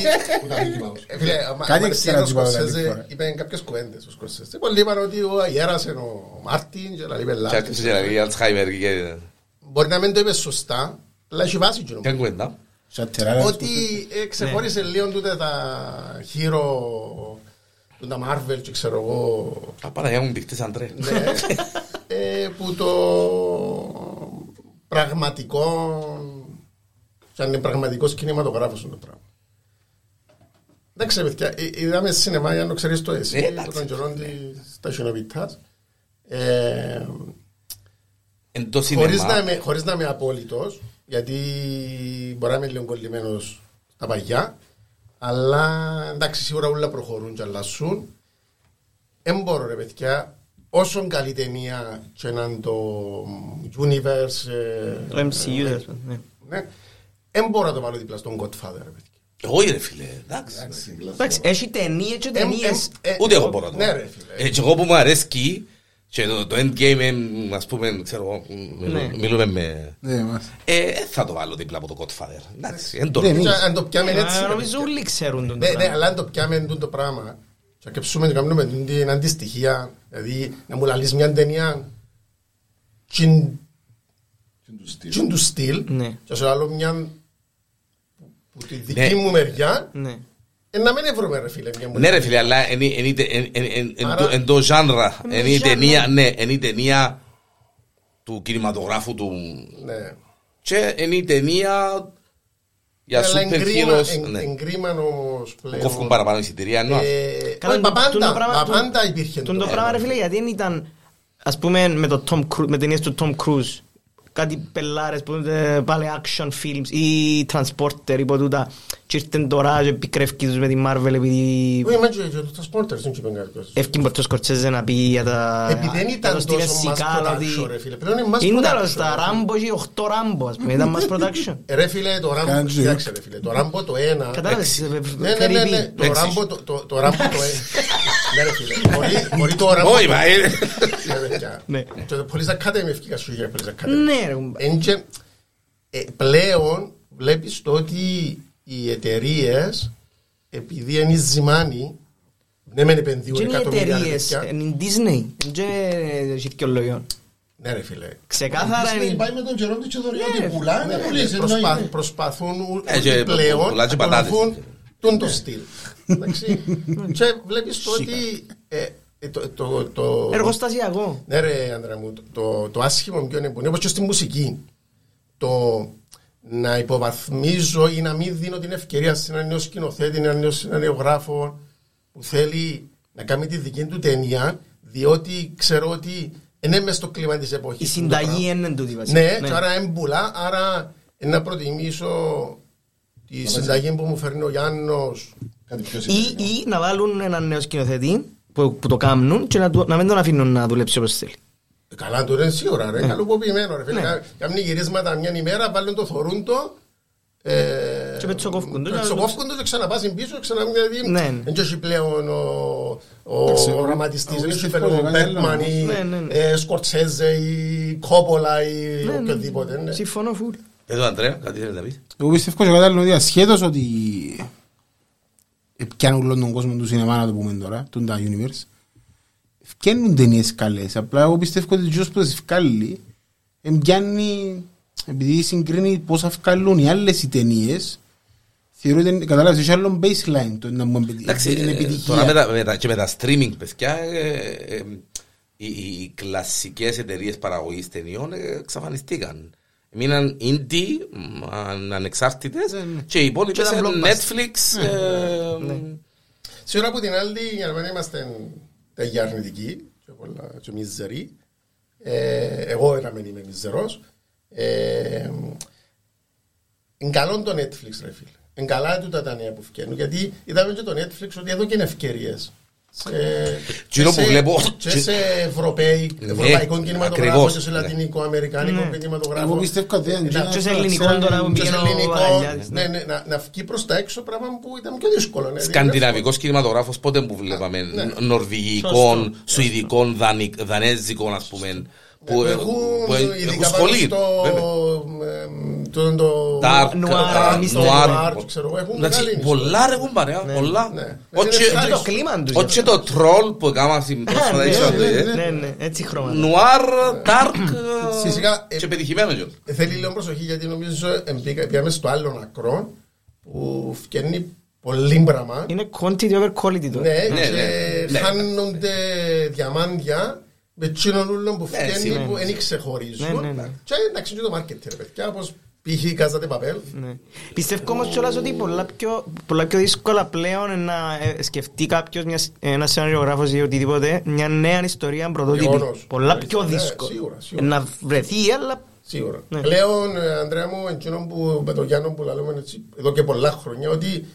Speaker 4: γιατί-
Speaker 2: Που τα πήγε πάνω.
Speaker 4: Ε,
Speaker 1: Ναι.
Speaker 4: φίλε, άμα-
Speaker 5: Κάτι
Speaker 4: άμα
Speaker 5: ήξερα
Speaker 4: εσύ
Speaker 5: τι είπα
Speaker 4: ο
Speaker 5: καλή
Speaker 4: Σκορσέζε,
Speaker 5: φορά.
Speaker 4: Είπε κάποιες κουβέντες ο Σκορσέζε. Πολλοί είπαν ότι ο, αγέρασε ο Μάρτιν και τα λοιπά,
Speaker 1: Και
Speaker 4: λάθη.
Speaker 1: άρχισε και να λέει Αλτσχάιμερ και- και...
Speaker 4: Μπορεί να μην το είπε σωστά, αλλά έχει βάση κοινό.
Speaker 1: Ποια κουβέντα.
Speaker 5: Σαν
Speaker 1: Ναι.
Speaker 5: τεράρα.
Speaker 4: Ότι ε, ξεχώρισε λίγο τούτα τα hero, τα Marvel και ξέρω
Speaker 1: (laughs)
Speaker 4: εγώ,
Speaker 1: Τα Παναγιά μου δείχτες Αντρέ.
Speaker 4: ναι, ε, που το πραγματικό σαν είναι πραγματικός κινηματογράφος είναι το πράγμα. Εντάξει, ρε παιδιά, ε, είδαμε σινεμά για να το ξέρεις το
Speaker 1: Ε,
Speaker 4: εσύ,
Speaker 1: εντάξει,
Speaker 4: των καιρών της Ταχυνοβιτάς. Ε,
Speaker 1: Εν το σινεμά.
Speaker 4: χωρίς, να είμαι, χωρίς να είμαι απόλυτος, γιατί μπορεί να είμαι λίγο κολλημένος στα παγιά, αλλά εντάξει, σίγουρα όλα προχωρούν και αλλάσουν. Δεν μπορώ ρε παιδιά, όσο καλή ταινία και να είναι το universe,
Speaker 3: Το
Speaker 4: ε,
Speaker 3: MCU, τέλος πάντων, ναι.
Speaker 4: ναι, δεν μπορώ να το βάλω δίπλα στον Godfather ρε παιδιά.
Speaker 1: Όχι ρε φίλε, εντάξει.
Speaker 3: Εντάξει, έχει ταινίες και
Speaker 4: Εμ-
Speaker 3: ταινίες.
Speaker 4: εμ- ε,
Speaker 1: Ούτε εγώ μπορώ να το
Speaker 4: Ναι
Speaker 1: κάνω.
Speaker 4: ρε φίλε.
Speaker 1: Ε, και εγώ που μου αρέσκει, και το, το endgame, εμ, ας πούμε, ξέρω, εγώ, μιλούμε,
Speaker 3: Ναι.
Speaker 1: μιλούμε με...
Speaker 5: Ναι, μας.
Speaker 1: Ε, ε, θα το βάλω δίπλα από το Godfather. Εντάξει, εν το
Speaker 5: Δεν
Speaker 1: λέω.
Speaker 5: είναι.
Speaker 4: Και Αν το πιάμε έτσι.
Speaker 3: Ε,
Speaker 4: ρε
Speaker 3: Νομίζω
Speaker 4: παιδιά.
Speaker 3: όλοι ξέρουν τον
Speaker 4: Ναι, ναι,
Speaker 3: πράγμα.
Speaker 4: αλλά αν το πιάμε τούτο το πράγμα και κεψούμε και κάνουμε τούτη την αντιστοιχεία, δηλαδή να μου λαλείς μια ταινία τσιν-
Speaker 2: Τι του
Speaker 4: τσιν
Speaker 2: στείλω.
Speaker 4: του στυλ
Speaker 3: Ναι.
Speaker 4: και σε άλλο μια που τη δική
Speaker 1: Ναι.
Speaker 4: μου μεριά
Speaker 3: Ναι.
Speaker 4: ε, να μην βρούμε ρε φίλε μια μου
Speaker 1: Ναι ρε φίλε, αλλά είναι- είναι- είναι- είναι- είναι- είναι- είναι
Speaker 4: Άρα-
Speaker 1: το- είναι το genre,
Speaker 3: Είναι
Speaker 1: είναι η
Speaker 3: genre.
Speaker 1: ταινία, ναι, είναι η ταινία του κινηματογράφου του...
Speaker 4: Ναι.
Speaker 1: Και είναι η ταινία για ναι.
Speaker 4: Αλλά
Speaker 1: σούπερ
Speaker 4: εγκρίμα-
Speaker 1: χείρος.
Speaker 4: εν- εγκρίμαν όμως πλέον.
Speaker 1: Κόφουν παραπάνω εισιτηρία, εννοώ.
Speaker 4: Ε,
Speaker 3: Καλά,
Speaker 4: όχι, μα
Speaker 3: τούτο
Speaker 4: πάντα,
Speaker 3: πράγμα-
Speaker 4: μα
Speaker 3: τού-
Speaker 4: πάντα υπήρχε
Speaker 3: Τον
Speaker 4: το
Speaker 3: το πράγμα ρε φίλε γιατί δεν ήταν ας πούμε με το Tom Cruise, με ταινίες του Tom Cruise κάτι πελάρες που είναι ε, πάλι action films ή transporter ή ποτούτα και ήρθαν τώρα και επικρεύκει τους με τη Marvel επειδή
Speaker 4: Όχι, ε, μα και- και το Transporters δεν είπε κάποιος.
Speaker 3: έφυγε το Σκορτσέζε να πει για Ε, τα...
Speaker 4: Επειδή δεν
Speaker 3: για
Speaker 4: ήταν
Speaker 3: το Steven
Speaker 4: τόσο mass
Speaker 3: Seagal, ότι-
Speaker 4: production, ρε φίλε. Πλέον είναι mass
Speaker 3: δηλαδή- Είναι τα-
Speaker 4: production,
Speaker 3: στα
Speaker 4: ρε φίλε.
Speaker 3: Rambo είχε 8 Rambo ας πούμε,
Speaker 4: (laughs)
Speaker 3: ήταν mass production.
Speaker 4: Ε, Ρε φίλε, το Ράμπο,
Speaker 5: Κάνε
Speaker 4: φτιάξε ρε φίλε, το Ράμπο το ένα...
Speaker 3: Κατάλαβες,
Speaker 4: Ναι,
Speaker 3: ε,
Speaker 4: ναι, ναι, ναι,
Speaker 3: Caribbean.
Speaker 4: το Ράμπο το- το το Ράμπο το ένα... Ναι ρε φίλε, μπορεί- μπορεί το Ράμπο...
Speaker 1: Όχι, μα είναι...
Speaker 4: Ναι, παιδιά.
Speaker 3: Ναι.
Speaker 4: Και το Police Academy ευκήκα σου για Police Academy.
Speaker 3: Ναι ρε,
Speaker 4: Εν και, ε, Πλέον βλέπεις το ότι οι εταιρείες, επειδή είναι ζυμάνοι, ναι μεν επενδύουν
Speaker 3: και είναι οι
Speaker 4: εκατομμύρια ρε
Speaker 3: εταιρείες,
Speaker 4: παιδιά.
Speaker 3: είναι η Disney, και έχει και ο λόγιο.
Speaker 4: Ναι ρε φίλε.
Speaker 3: Ξεκάθαρα
Speaker 2: Disney
Speaker 3: είναι...
Speaker 2: Πάει με τον Τζερόντι και δωρεάν
Speaker 3: Ναι,
Speaker 2: την πουλάνε
Speaker 4: Ναι,
Speaker 2: πουλήσει.
Speaker 4: προσπα-
Speaker 2: εννοείται.
Speaker 4: Προσπαθούν ου-
Speaker 1: Ε, και
Speaker 4: ότι πλέον
Speaker 1: πολλά και πατάτες. Ναι.
Speaker 4: ακολουθούν τον το στυλ. Εντάξει. Και βλέπεις το ότι ε, ε, το- το- το-
Speaker 3: Εργοστασιακό.
Speaker 4: Ναι ρε Άντρα μου, το- το- το άσχημο ποιο είναι που είναι όπως και στη μουσική. Το να υποβαθμίζω ή να μην δίνω την ευκαιρία σε έναν νέο σκηνοθέτη, έναν νέο σεναριογράφο που θέλει να κάνει τη δική του ταινία διότι ξέρω ότι Είναι μες στο κλίμα της εποχής.
Speaker 3: Η
Speaker 4: το
Speaker 3: συνταγή
Speaker 4: πράγμα.
Speaker 3: είναι τούτη βασικά.
Speaker 4: Ναι, και άρα έμπουλα, άρα να προτιμήσω τη συνταγή που μου φέρνει ο Γιάννος.
Speaker 2: Κάτι πιο
Speaker 3: Ή,
Speaker 2: συγκεκριμένο.
Speaker 3: ή να βάλουν έναν νέο σκηνοθέτη που, που το κάνουν και να, του- να μην τον αφήνουν να δουλέψει όπως θέλει.
Speaker 4: Ε, Καλά του ρε σίγουρα ρε, καλοποποιημένο ρε φίλε.
Speaker 3: Ναι.
Speaker 4: Κα- Κάνουν γυρίσματα μια ημέρα, βάλουν το θωρούν το. ε,
Speaker 3: Και πετσοκόφκουν το,
Speaker 4: και πετσοκόφκουν το και ξαναπάσουν πίσω, ξαναμείνει.
Speaker 3: Ναι.
Speaker 4: Δηλαδή, δεν έχει πλέον ο- ο
Speaker 5: Εντάξει, ο-
Speaker 4: οραματιστής,
Speaker 5: ο
Speaker 4: δεν έχει
Speaker 5: Whisky
Speaker 4: πλέον ο
Speaker 5: Ford,
Speaker 4: Μπέρκμαν
Speaker 5: ναι,
Speaker 4: ή
Speaker 3: ναι, ναι.
Speaker 4: ε, Σκορτσέζε ή Κόπολα ή
Speaker 3: Ναι, ναι.
Speaker 4: οποιοδήποτε. ναι.
Speaker 3: Συμφωνώ φουλ.
Speaker 1: Εδώ, Αντρέα, κάτι θέλεις να πεις.
Speaker 5: Εγώ πιστεύω και κατάλληλο ότι ασχέτως ότι πιάνουν όλον τον κόσμο του σινεμά να το πούμε τώρα, τον τα universe, φτιάχνουν ταινίες καλές. Απλά εγώ πιστεύω ότι ο που τις βγάλει εμ πιάνει, επειδή συγκρίνει πόσα βγάλουν οι άλλες οι ταινίες, θεωρώ ότι είναι- κατάλαβες, έχει άλλο baseline το να μου
Speaker 1: Εντάξει,
Speaker 5: εμπαιδευτεί την
Speaker 1: ε, τώρα με
Speaker 5: επιτυχία.
Speaker 1: τα- με τα- και με τα streaming, παιδιά, ε, ε, ε, οι, οι, οι κλασικές εταιρείες παραγωγής ταινιών ε, εξαφανιστήκαν. Μείναν indie, μ, αν- ανεξάρτητες
Speaker 5: Ναι, ναι.
Speaker 1: και οι υπόλοιπες
Speaker 3: Και τα
Speaker 1: είναι
Speaker 3: blockbuster.
Speaker 1: Netflix.
Speaker 4: Ναι,
Speaker 1: ε, μ,
Speaker 4: Σίγουρα από την άλλη, για να μην είμαστε τέτοια αρνητικοί και, πολλά, και μιζεροί, ε, εγώ να μην είμαι μιζερός, ε, είναι καλό το Netflix ρε φίλε. Είναι καλά τούτα τα νέα που φτιάχνουν, γιατί είδαμε και το Netflix ότι εδώ και είναι ευκαιρίες. Σε,
Speaker 1: Κοινό που
Speaker 4: σε-
Speaker 1: βλέπω-
Speaker 4: και σε Ευρωπαίοι,
Speaker 1: Ναι,
Speaker 4: ευρωπαϊκών κινηματογράφων
Speaker 1: ακριβώς,
Speaker 4: και σε
Speaker 1: ναι.
Speaker 4: λατινικο-αμερικανικών
Speaker 5: Εγώ
Speaker 4: κινηματογράφων.
Speaker 5: πιστεύω ότι δεν
Speaker 4: Εντάξει,
Speaker 3: Και σε
Speaker 5: ξέρω,
Speaker 3: ελληνικό
Speaker 5: ξέρω,
Speaker 3: τώρα που
Speaker 4: Ε, και σε
Speaker 3: πήγαινε ο
Speaker 4: ελληνικό,
Speaker 3: Βαραγιάδης.
Speaker 4: ναι, ναι, να, να βγει προς τα έξω πράγμα που ήταν πιο δύσκολο. ναι,
Speaker 1: Σκανδιναβικός κινηματογράφος πότε που βλέπαμε
Speaker 4: ναι.
Speaker 1: νο- νορβηγικών, σουηδικών, δανικ- δανέζικων ας πούμε που
Speaker 4: Ναι,
Speaker 1: ε,
Speaker 4: Έχουν
Speaker 1: που έχουν
Speaker 4: ειδικά πάνω
Speaker 1: σχολεί
Speaker 4: στο...
Speaker 1: βέβαια.
Speaker 4: εμ, το- το-
Speaker 1: Dark,
Speaker 3: Noir,
Speaker 1: dark,
Speaker 3: mystery,
Speaker 1: noir.
Speaker 4: noir, ξέρω εγώ, έχουν
Speaker 1: Εντάξει,
Speaker 4: μεγάλη
Speaker 1: Πολλά ρε κουμπάρε, πολλά
Speaker 4: Ναι.
Speaker 1: Όχι-
Speaker 4: Είναι
Speaker 3: Και
Speaker 4: ευχάριστο.
Speaker 3: το κλίμα τους.
Speaker 1: Όχι το τρόλ που έκανα στην πρόσφατα
Speaker 3: Ναι,
Speaker 1: ίσως να το
Speaker 5: ναι,
Speaker 1: είδε.
Speaker 4: ε,
Speaker 5: ναι.
Speaker 3: Ναι, ναι, έτσι χρώματα.
Speaker 1: Νουάρ, dark
Speaker 4: Φυσικά, ε,
Speaker 1: και πετυχημένο κιόλας.
Speaker 4: Ε, Θέλει λίγο προσοχή γιατί νομίζω εμπήκα- πήγαμε στο άλλο ακρό που φτιάχνει πολύ πράγμα.
Speaker 3: Είναι quantity over quality τώρα.
Speaker 4: Ναι,
Speaker 1: Ναι,
Speaker 2: ε,
Speaker 4: και
Speaker 1: ναι, ναι.
Speaker 4: χάνονται διαμάντια με τσίνον ούλων που
Speaker 1: έτσι,
Speaker 4: φτιάχνει
Speaker 1: ναι.
Speaker 4: που δεν
Speaker 3: Ναι, ναι, ναι.
Speaker 4: ξεχωρίζουν. Και εντάξει και το μάρκετ ρε παιδιά, όπως π.χ. η Casa de Papel.
Speaker 3: Ναι. Πιστεύω όμως κιόλας ότι πολλά πιο, πολλά πιο δύσκολα πλέον να ε, σκεφτεί κάποιος, μιας, ένας σενάριογράφος ή οτιδήποτε, μια νέα ιστορία πρωτότυπη.
Speaker 4: Γεγονός.
Speaker 3: Πολλά
Speaker 4: Ναι,
Speaker 3: πιο
Speaker 4: ναι,
Speaker 3: δύσκολο. Ε,
Speaker 4: σίγουρα, σίγουρα.
Speaker 3: Να βρεθεί, αλλά
Speaker 4: Σίγουρα.
Speaker 3: Ναι.
Speaker 4: Πλέον, ε, Ανδρέα μου, εκείνο που με τον Γιάννο που λέμε έτσι, εδώ και πολλά χρόνια, ότι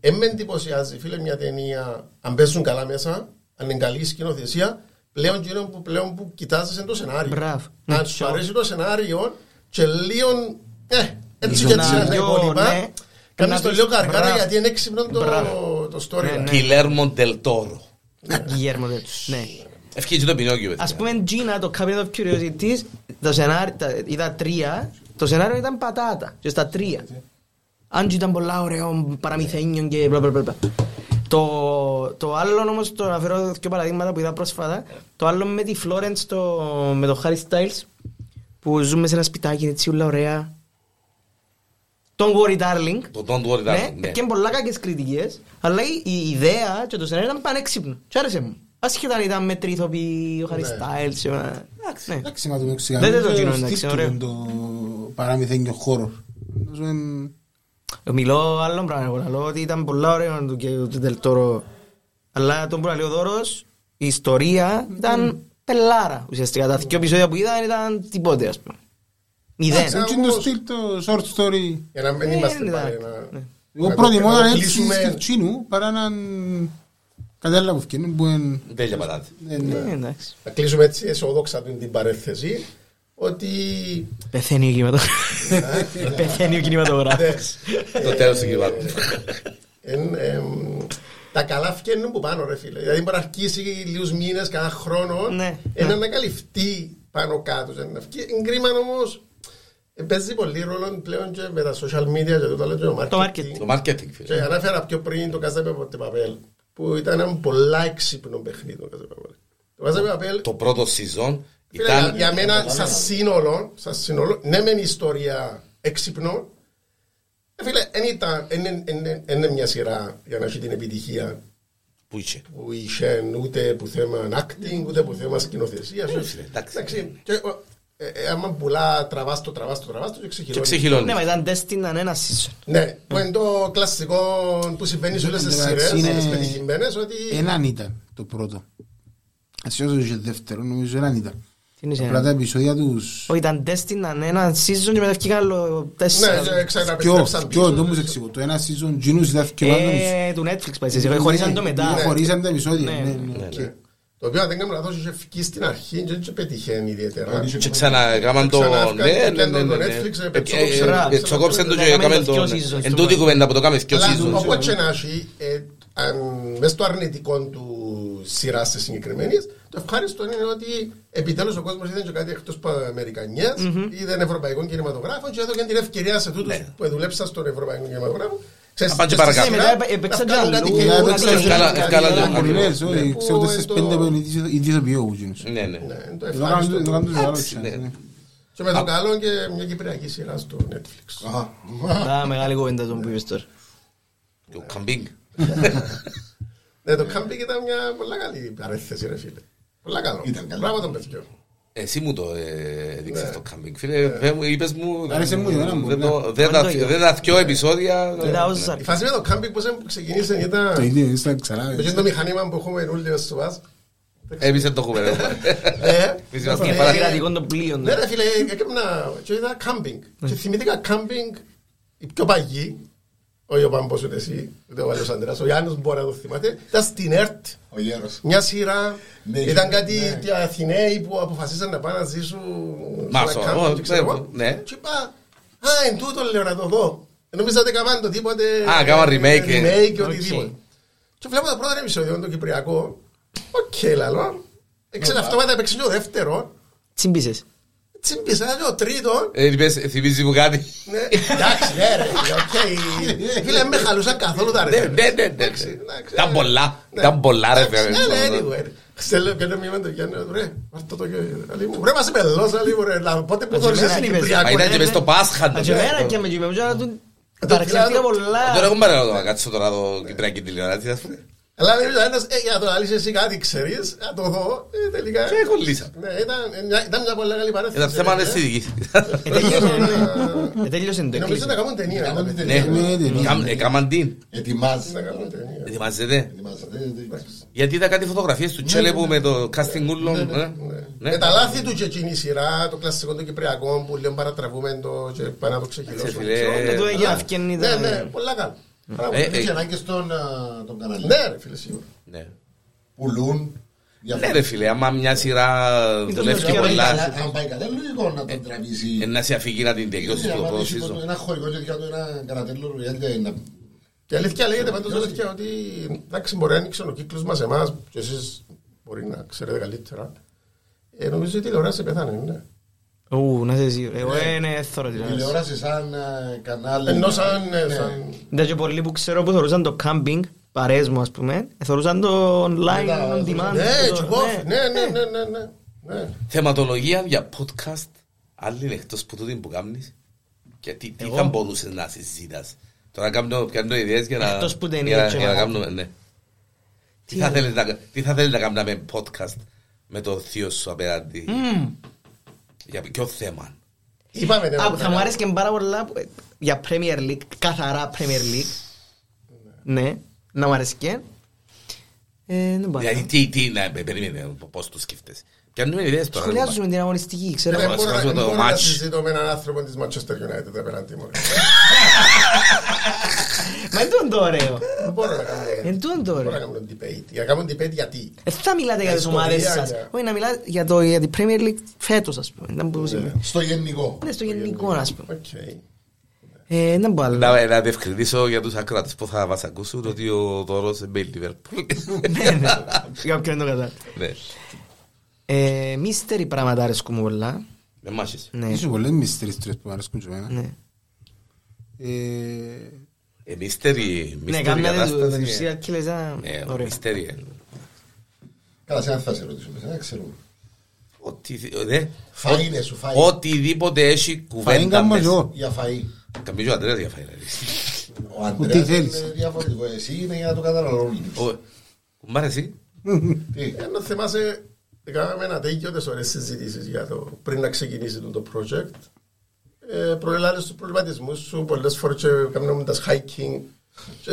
Speaker 4: δεν με εντυπωσιάζει, φίλε, μια ταινία, αν παίζουν καλά μέσα, αν είναι καλή η σκηνοθεσία, πλέον εκείνο που, πλέον που κοιτάζεσαι το σενάριο.
Speaker 3: Μπράβο. Ναι,
Speaker 4: Αν σου
Speaker 3: σίγουρα.
Speaker 4: αρέσει το σενάριο και λίγο, ε, έτσι και
Speaker 3: Λίγο
Speaker 4: έτσι
Speaker 3: να
Speaker 4: είναι τα
Speaker 3: δυο, ναι.
Speaker 4: υπόλοιπα, κάνεις
Speaker 3: Να
Speaker 4: το
Speaker 3: δεις-
Speaker 4: λίγο καρκάρα
Speaker 3: Μπράβο.
Speaker 4: γιατί είναι έξυπνο το,
Speaker 3: Μπράβο.
Speaker 4: το story.
Speaker 3: Ναι, ναι.
Speaker 1: Κιλέρμον Τελτόρο.
Speaker 3: Γιγέρμο τέτοιος. Ναι.
Speaker 1: Ευχίζει το Πινόκιο, παιδιά.
Speaker 3: Ας πούμε Gina, το Cabinet of Curiosities, το σενάρι, τα, είδα τρία, το σενάριο ήταν πατάτα, και στα τρία. Αν και ήταν πολλά ωραίο, παραμυθένιο και μπλα μπλα μπλα. Το, το άλλο όμως, το να φέρω δύο παραδείγματα που είδα πρόσφατα, το άλλο με τη Florence, το, με το Harry Styles, που ζούμε σε ένα σπιτάκι έτσι όλα ωραία. Don't worry darling.
Speaker 1: Το Don't Worry Darling,
Speaker 3: Ναι,
Speaker 1: ναι.
Speaker 3: και πολλά κακές κριτικές, αλλά η, η ιδέα και το σενάριο ήταν πανέξυπνο. Τι άρεσε μου. Άσχετα αν ήταν με τρίθοπη, ο Χαρι Στάιλς. ο- Ναι.
Speaker 5: Εντάξει, μα το μεξικανό
Speaker 3: Δεν- δεν το
Speaker 5: το
Speaker 3: κοινό, εντάξει,
Speaker 5: στήχημα
Speaker 3: ωραίο.
Speaker 5: το παραμυθένιο χώρο. Να σου εμ,
Speaker 3: Μιλώ άλλο πράγμα, εγώ λέω ότι ήταν πολλά ωραίο το και το τελτόρο. Αλλά τον που λέει ο Δώρος, η ιστορία ήταν πελάρα. Ουσιαστικά τα δύο επεισόδια που είδα ήταν τίποτε, ας πούμε. Μηδέν.
Speaker 4: Άξα.
Speaker 5: Έτσι είναι το στυλ το short story.
Speaker 4: Για να μην
Speaker 3: Ναι,
Speaker 4: είμαστε
Speaker 3: ναι,
Speaker 4: πάλι.
Speaker 3: ναι.
Speaker 4: να-
Speaker 3: Ναι.
Speaker 5: Εγώ
Speaker 4: να το-
Speaker 5: προτιμώ
Speaker 4: να
Speaker 5: να
Speaker 4: το
Speaker 5: έρθει
Speaker 4: κλείσουμε-
Speaker 5: στην Τσίνου παρά να κατάλληλα που ευκαινούν που είναι...
Speaker 1: Τέλεια πατάτη.
Speaker 5: ναι, ναι.
Speaker 3: Ε, εντάξει.
Speaker 4: Να κλείσουμε έτσι αισιοδόξα την- την παρέθεση ότι
Speaker 3: Πεθαίνει ο κινηματογράφος. (laughs) Πεθαίνει ο κινηματογράφος.
Speaker 1: Το τέλος του κυβάτου.
Speaker 4: Εν, εμ, τα καλά φτιάχνουν που πάνω, ρε φίλε. Δηλαδή, μπορεί να αρχίσει λίγους μήνες, κανένα χρόνο,
Speaker 3: Ναι,
Speaker 4: εν
Speaker 3: ναι.
Speaker 4: ανακαλυφθεί πάνω κάτω. εν να βγει. Εν κρίμα όμως, παίζει πολύ ρόλο πλέον και με τα social media και το άλλο και το marketing.
Speaker 3: Το marketing.
Speaker 1: Το marketing, φίλε.
Speaker 4: Και ανέφερα Ε, πιο πριν το Καζάπε Παπέλ, που ήταν ένα πολλά έξυπνο παιχνίδι το Καζάπε Παπέλ. Το Καζάπε Παπέλ
Speaker 1: Το πρώτο σεζόν
Speaker 4: Φίλε,
Speaker 1: ήταν...
Speaker 4: για- για μένα, σαν σύνολο, σαν σύνολο, ναι μεν η ιστορία έξυπνο, ε, φίλε, δεν ήταν, εν- εν- εν- εν- εν είναι μια σειρά για να έχει την επιτυχία
Speaker 1: Πού είσαι.
Speaker 4: που είχε ούτε που θέμα acting, ούτε που θέμα σκηνοθεσίας.
Speaker 1: φίλε, Ε, εντάξει.
Speaker 4: και, ο, ε, ε, άμα πουλά τραβάς το, τραβάς το, τραβάς το και
Speaker 1: Και
Speaker 4: ξεχυλώνεις.
Speaker 3: Ναι,
Speaker 1: ξεχυλώνει.
Speaker 3: μα ήταν τεστ ήταν ένα season.
Speaker 4: Ναι, που είναι το κλασικό που συμβαίνει σε όλες τις
Speaker 5: Εντάξει,
Speaker 4: σειρές,
Speaker 5: είναι-
Speaker 4: τις πετυχημένες, ότι...
Speaker 5: Έναν ήταν το πρώτο. Ασιώς το δεύτερο, νομίζω έναν ήταν.
Speaker 3: Θύμισε
Speaker 5: Απλά
Speaker 3: ένα.
Speaker 5: τα επεισόδια τους...
Speaker 3: Ναι. Όχι, ήταν τέστηναν ναι, ένα season και μετά βγήκαν άλλο τέσσερα.
Speaker 4: Ναι,
Speaker 5: Ποιο,
Speaker 4: ξαναπέστρεψαν
Speaker 5: ποιο, το
Speaker 4: πίσω.
Speaker 5: μου εξηγώ. Το ένα season γίνους ήταν και ο άλλος.
Speaker 3: Ε, του Netflix πάει εσύ, χωρίσαν το μετά.
Speaker 5: Ναι, Χωρίσαν τα επεισόδια.
Speaker 3: Ναι, ναι,
Speaker 5: ναι, ναι,
Speaker 1: ναι.
Speaker 5: οκ.
Speaker 4: Ναι. Το οποίο αν δεν κάνω λάθος είχε φυκεί στην αρχή και δεν πετυχαίνει ιδιαίτερα.
Speaker 1: Και ξανά έκαναν το...
Speaker 4: Ξανά
Speaker 1: Ναι,
Speaker 4: έφκαν
Speaker 1: ναι,
Speaker 4: το
Speaker 1: ναι, ναι, ναι.
Speaker 4: Netflix, ε,
Speaker 1: Ε,
Speaker 4: πετσόκοψαν,
Speaker 1: ε,
Speaker 4: ε,
Speaker 1: πετσόκοψαν το και
Speaker 3: έκαμε
Speaker 1: έκαμε
Speaker 3: το
Speaker 1: το...
Speaker 3: δυο seasons,
Speaker 1: Εν
Speaker 3: το
Speaker 1: τούτη
Speaker 3: πράγμα.
Speaker 1: κουβέντα που το κάνουμε δυο
Speaker 4: Αλλά
Speaker 1: seasons.
Speaker 4: όπως και να έχει, ε, αν μες στο αρνητικό του σειράς της συγκεκριμένης, το ευχάριστο είναι ότι επιτέλους ο κόσμος είδε και κάτι εκτός από Αμερικανιές, είδε ευρωπαϊκό κινηματογράφο και έδωκε την ευκαιρία σε τούτους που δουλέψαν στον ευρωπαϊκό κινηματογράφο. ξέρεις,
Speaker 1: Να πάνε και
Speaker 4: και στη
Speaker 1: παρακάτω.
Speaker 4: σειρά,
Speaker 3: Ναι, Μετά έπαιξαν
Speaker 4: να βγάλουν
Speaker 3: και
Speaker 4: κάτι
Speaker 3: αλλού,
Speaker 4: καινούργιο,
Speaker 5: να
Speaker 4: κάτι
Speaker 5: έπαιξαν
Speaker 4: άλλο,
Speaker 1: και
Speaker 4: κάτι
Speaker 1: άλλα-
Speaker 4: άλλο.
Speaker 1: άλλα-
Speaker 5: Κολληνές, Ε, όχι,
Speaker 4: Ναι,
Speaker 5: ξέρω
Speaker 4: που
Speaker 5: τέσσερις
Speaker 4: το-
Speaker 5: πέντε που είναι ιδιθ- ιδιθοποιό ο Γίνος.
Speaker 1: Ναι, ναι.
Speaker 4: Ναι, το
Speaker 5: Εδώ κάνουν- εδώ κάνουν τους
Speaker 4: ευχάριστο.
Speaker 5: άλλους,
Speaker 1: ναι.
Speaker 5: ναι.
Speaker 4: Και με τον καλό και μια κυπριακή σειρά στο Netflix.
Speaker 2: Αχα.
Speaker 3: Α, μεγάλη κουβέντα το που είπες τώρα.
Speaker 1: Και ο Καμπίνγκ.
Speaker 4: Ναι, το Κάμπινγκ ήταν μια πολύ καλή παρέθεση, ρε φίλε. Πολύ καλό.
Speaker 2: Ήταν καλό.
Speaker 4: Μπράβο τον παιδιό.
Speaker 1: Εσύ μου το ε, έδειξες
Speaker 4: Ναι.
Speaker 1: το Καμπίνγκ. Φίλε, πες μου- είπες μου...
Speaker 5: Άρεσε μου και εμένα μου,
Speaker 1: δεν
Speaker 5: ναι.
Speaker 1: το- δεν τα-
Speaker 3: Πάντο είδα.
Speaker 1: Δεν τα δυο επεισόδια...
Speaker 3: Είδα
Speaker 1: ναι.
Speaker 3: ως
Speaker 4: Η
Speaker 3: Ζαρ.
Speaker 4: φάση με το Κάμπινγκ πώς ξεκινήσε
Speaker 5: Το
Speaker 4: ήταν...
Speaker 5: ίδιο, ήσταν ξανά.
Speaker 4: Το το μηχανήμα που έχουμε ρούλιο στο βάζ.
Speaker 1: Εμείς δεν το κουβέντα.
Speaker 4: Ε,
Speaker 1: Εμείς είμαστε
Speaker 4: ε,
Speaker 1: παρα-
Speaker 3: Πειρατικό το πλοίο. ναι.
Speaker 4: Ναι ρε φίλε, έκανα και είδα κάμπινγκ. Και θυμήθηκα κάμπινγκ οι πιο παγιοί, όχι ο Πάμπος ούτε εσύ, ούτε ο άλλος άντρας, ο Γιάννης μπορεί να το θυμάται, ήταν στην ΕΡΤ,
Speaker 2: Ο γέρος.
Speaker 4: μια σειρά,
Speaker 2: Ναι,
Speaker 4: ήταν
Speaker 2: και-
Speaker 4: κάτι
Speaker 2: ναι.
Speaker 4: οι Αθηναίοι που αποφασίσαν να πάνε να ζήσουν
Speaker 1: Μα,
Speaker 4: σε ένα
Speaker 1: αυτό,
Speaker 4: κάμπινγκ,
Speaker 1: ναι,
Speaker 4: ξέρω εγώ.
Speaker 1: ναι.
Speaker 4: Και είπα, α, εν τούτο λέω να το δω. Νομίζω ότι έκαναν το τίποτε,
Speaker 1: Α, έκαναν
Speaker 4: ε,
Speaker 1: remake, ε.
Speaker 4: remake και
Speaker 3: Οκ.
Speaker 4: οτιδήποτε. Και βλέπω το πρώτο επεισόδιο, το κυπριακό, οκ, λαλό, Έξερα αυτόματα έπαιξε και το δεύτερο,
Speaker 3: Τσιμπήσες.
Speaker 4: τσιμπήσα το τρίτο.
Speaker 1: Ε, είπες, Θυμίζει μου κάτι.
Speaker 4: Ναι, εντάξει, ναι, ρε,
Speaker 1: (laughs)
Speaker 4: οκ. Φίλε, με χαλούσαν καθόλου τα
Speaker 1: Ναι,
Speaker 4: ρε.
Speaker 1: ναι, ναι, ναι.
Speaker 4: Εντάξει, εντάξει.
Speaker 1: Τα πολλά.
Speaker 4: Ναι.
Speaker 1: Τα πολλά, ρε,
Speaker 4: Εντάξει,
Speaker 1: φίλε.
Speaker 4: Ναι, ναι, anyway. Στέλνω και ένα μήνυμα του Γιάννη, ρε, αυτό το γιο- μου. Ρε, μας είπε λόσα λίγο, ρε, λα- πότε που
Speaker 3: Μα
Speaker 4: θωρείς
Speaker 3: και εμένα
Speaker 4: εσύ
Speaker 3: είπες.
Speaker 4: Κυπριακό.
Speaker 1: Μα ήταν
Speaker 4: ναι.
Speaker 1: και μες στο Πάσχα.
Speaker 3: Α,
Speaker 1: το
Speaker 3: και εμένα
Speaker 1: πράγμα.
Speaker 3: και με και με και με του-
Speaker 4: Ε,
Speaker 3: Παραξενεύτηκα πολλά.
Speaker 1: Τώρα έχω παρακαλώ να κάτσω τώρα το κυπριακή τηλεόραση. ας πούμε.
Speaker 4: Αλλά λέει ο ένας, «Ε, για το αλήθεια εσύ κάτι ξέρεις, να το δω, Ε, τελικά.
Speaker 1: Και κολλήσα.
Speaker 4: Ναι, ήταν- ε, μια- ήταν μια πολύ καλή παρέθεση.
Speaker 1: Ήταν θέμα
Speaker 4: ρε.
Speaker 1: αισθητικής.
Speaker 3: Ε, τελείωσε, ναι. Ε, Τελείωσε το
Speaker 4: Ε, Νομίζω να
Speaker 3: εκκλήση.
Speaker 4: κάνουν ταινία.
Speaker 2: Κάνουν
Speaker 4: να-
Speaker 2: ταινία.
Speaker 1: Ναι,
Speaker 5: Ναι, ναι.
Speaker 1: Έκαμ- έκαμαν την.
Speaker 4: Να
Speaker 2: Ετοιμάζεσαι.
Speaker 4: κάνουν ταινία.
Speaker 1: Ετοιμάζεται.
Speaker 2: Ετοιμάζεσαι. Ε, ε, ε,
Speaker 1: Γιατί είδα κάτι φωτογραφίες του Τσέλεπου με το casting ε. Ναι, ούλων.
Speaker 4: Με τα λάθη του και εκείνη η σειρά, το κλασικό των Κυπριακών που λέω παρατραβούμεντο και πάνε να το ξεχυλώσουν.
Speaker 1: φίλε.
Speaker 4: ξέρω.
Speaker 3: Ε, το έγινε
Speaker 4: Αλλά-
Speaker 3: αυκαινή,
Speaker 4: Ναι,
Speaker 3: ήταν,
Speaker 4: ναι,
Speaker 3: ε.
Speaker 4: πολλά καλά.
Speaker 1: Ε,
Speaker 4: Μπράβο.
Speaker 1: ε,
Speaker 2: Είχε ανάγκη στον α, τον καναλή.
Speaker 4: Ναι, ρε φίλε, σίγουρα.
Speaker 2: Πουλούν.
Speaker 1: Ναι ρε φίλε, άμα μια σειρά δουλεύει
Speaker 3: και
Speaker 2: Αν πάει καλά-
Speaker 1: πολλά,
Speaker 3: καλά.
Speaker 2: Αν πάει καλά, λογικό να τον
Speaker 1: ε,
Speaker 2: τραβήσει.
Speaker 1: να σε αφήγει να την
Speaker 2: Γιατί
Speaker 1: τελειώσει
Speaker 2: να
Speaker 1: το πρώτο
Speaker 2: βάλεις
Speaker 1: season.
Speaker 2: Ένα χορηγό και δικά του ένα καρατέλο ρουλιάντε να
Speaker 4: Και αλήθεια λέγεται πάντως αλήθεια ότι εντάξει μπορεί να ανοίξει ο κύκλος μας εμάς και εσείς μπορεί να ξέρετε καλύτερα. Ε, νομίζω ότι η τηλεόραση πεθάνε, ναι.
Speaker 3: Ου, να είσαι σίγουρο. Εγώ ε, ναι, θωρώ τηλεόραση.
Speaker 2: τηλεόραση σαν α, κανάλι.
Speaker 4: Ενώ σαν... ε,
Speaker 2: Ναι.
Speaker 4: σαν-
Speaker 3: Ήταν και πολλοί που ξέρω που θεωρούσαν το κάμπινγκ, παρέες μου ας πούμε, θεωρούσαν το online,
Speaker 2: Μετά,
Speaker 3: on demand.
Speaker 4: Ναι,
Speaker 3: το-
Speaker 4: και εγώ, ναι, ναι, ναι, ναι, ναι, ναι.
Speaker 1: Θεματολογία για podcast, άλλη είναι εκτός που τούτη που κάνεις. Και τι, τι θα μπορούσες να συζητάς. Τώρα κάνω, κάνω ιδέες για να,
Speaker 3: Εκτός που δεν
Speaker 1: για,
Speaker 3: είναι
Speaker 1: για να
Speaker 3: και-
Speaker 1: κάνουμε, ναι. Τι, θα θέλεις να, τι θα θέλεις να κάνουμε με podcast με το θείο σου απέναντι. Για ποιο θέμα.
Speaker 4: Είπαμε, ναι,
Speaker 3: Α,
Speaker 4: ναι.
Speaker 3: Θα μου αρέσει και πάρα πολλά που- ε, για Premier League, καθαρά Premier League. Ναι, να μου αρέσει και. Ε, δεν πάω.
Speaker 1: Δηλαδή τι, τι να, ε, περίμενε πώς το σκέφτεσαι. Κάνουμε ιδέες τώρα.
Speaker 3: Σχολιάζουμε την αγωνιστική, ξέρω.
Speaker 4: Δεν
Speaker 1: Ωραία,
Speaker 4: μπορώ να-
Speaker 1: σχολιάζουμε
Speaker 4: δεν
Speaker 1: το
Speaker 4: μπορώ να
Speaker 1: match.
Speaker 4: συζητώ με έναν άνθρωπο της Manchester United απέναντί μου. ρε.
Speaker 3: Μα είναι το ωραίο.
Speaker 4: Δεν μπορώ να κάνω
Speaker 3: Είναι το
Speaker 4: Μπορώ να
Speaker 3: ωραίο.
Speaker 4: κάνουμε debate. Για να κάνουμε debate γιατί.
Speaker 3: Ε, θα μιλάτε για τις
Speaker 4: Ιστορία,
Speaker 3: ομάδες
Speaker 4: για-
Speaker 3: σας. Όχι, να μιλάτε για, το, για την Premier League φέτος, ας πούμε. Να μπορούσε-
Speaker 2: Στο γενικό.
Speaker 3: Ναι, στο γενικό, ας πούμε.
Speaker 4: Οκ.
Speaker 3: Ε, να μπορώ άλλο.
Speaker 1: Να, να διευκρινίσω για τους ακροατές που θα μας ακούσουν ότι ο Δώρος δεν παίρνει Liverpool.
Speaker 3: Ναι, ναι. Για όποιον δεν το κατάλαβε.
Speaker 1: Ναι.
Speaker 3: Ε, Μίστερη πράγματα αρέσκουν μου πολλά.
Speaker 1: Με μάχες.
Speaker 3: Ναι.
Speaker 5: Είσαι πολλές μυστήρες τρεις που μου αρέσκουν και εμένα.
Speaker 3: Ναι.
Speaker 5: Ε,
Speaker 1: Ε, μύστερη,
Speaker 3: Ναι,
Speaker 1: μύστερη
Speaker 3: κάμια του
Speaker 1: κατάσταση.
Speaker 3: serial killers ήταν
Speaker 1: Ναι,
Speaker 3: ωραίο.
Speaker 1: μύστερη. ε.
Speaker 2: Καλά, σε ένα θα σε ρωτήσουμε. Δεν ξέρω.
Speaker 1: Ό,τι- ναι.
Speaker 2: Φαΐ είναι σου, φαΐ.
Speaker 1: Οτιδήποτε έχει
Speaker 5: Φαΐν
Speaker 1: κουβέντα
Speaker 5: κάμω
Speaker 1: μέσα.
Speaker 5: εγώ.
Speaker 2: Για φαΐ.
Speaker 1: Καμπίζει ο Αντρέας για φάει. ρε.
Speaker 2: Ο Αντρέας
Speaker 5: θέλεις.
Speaker 2: είναι διαφορετικό. Εσύ είναι για να το καταλαβαίνεις.
Speaker 1: Ο- Κουμπάρε εσύ.
Speaker 2: Τι.
Speaker 4: Ε, να θυμάσαι, κάναμε ένα τέτοιο τις ωραίες συζητήσεις για το, πριν να ξεκινήσει το project. Ε, προελάρες τους προβληματισμούς σου, πολλές φορές και κάναμε τα hiking και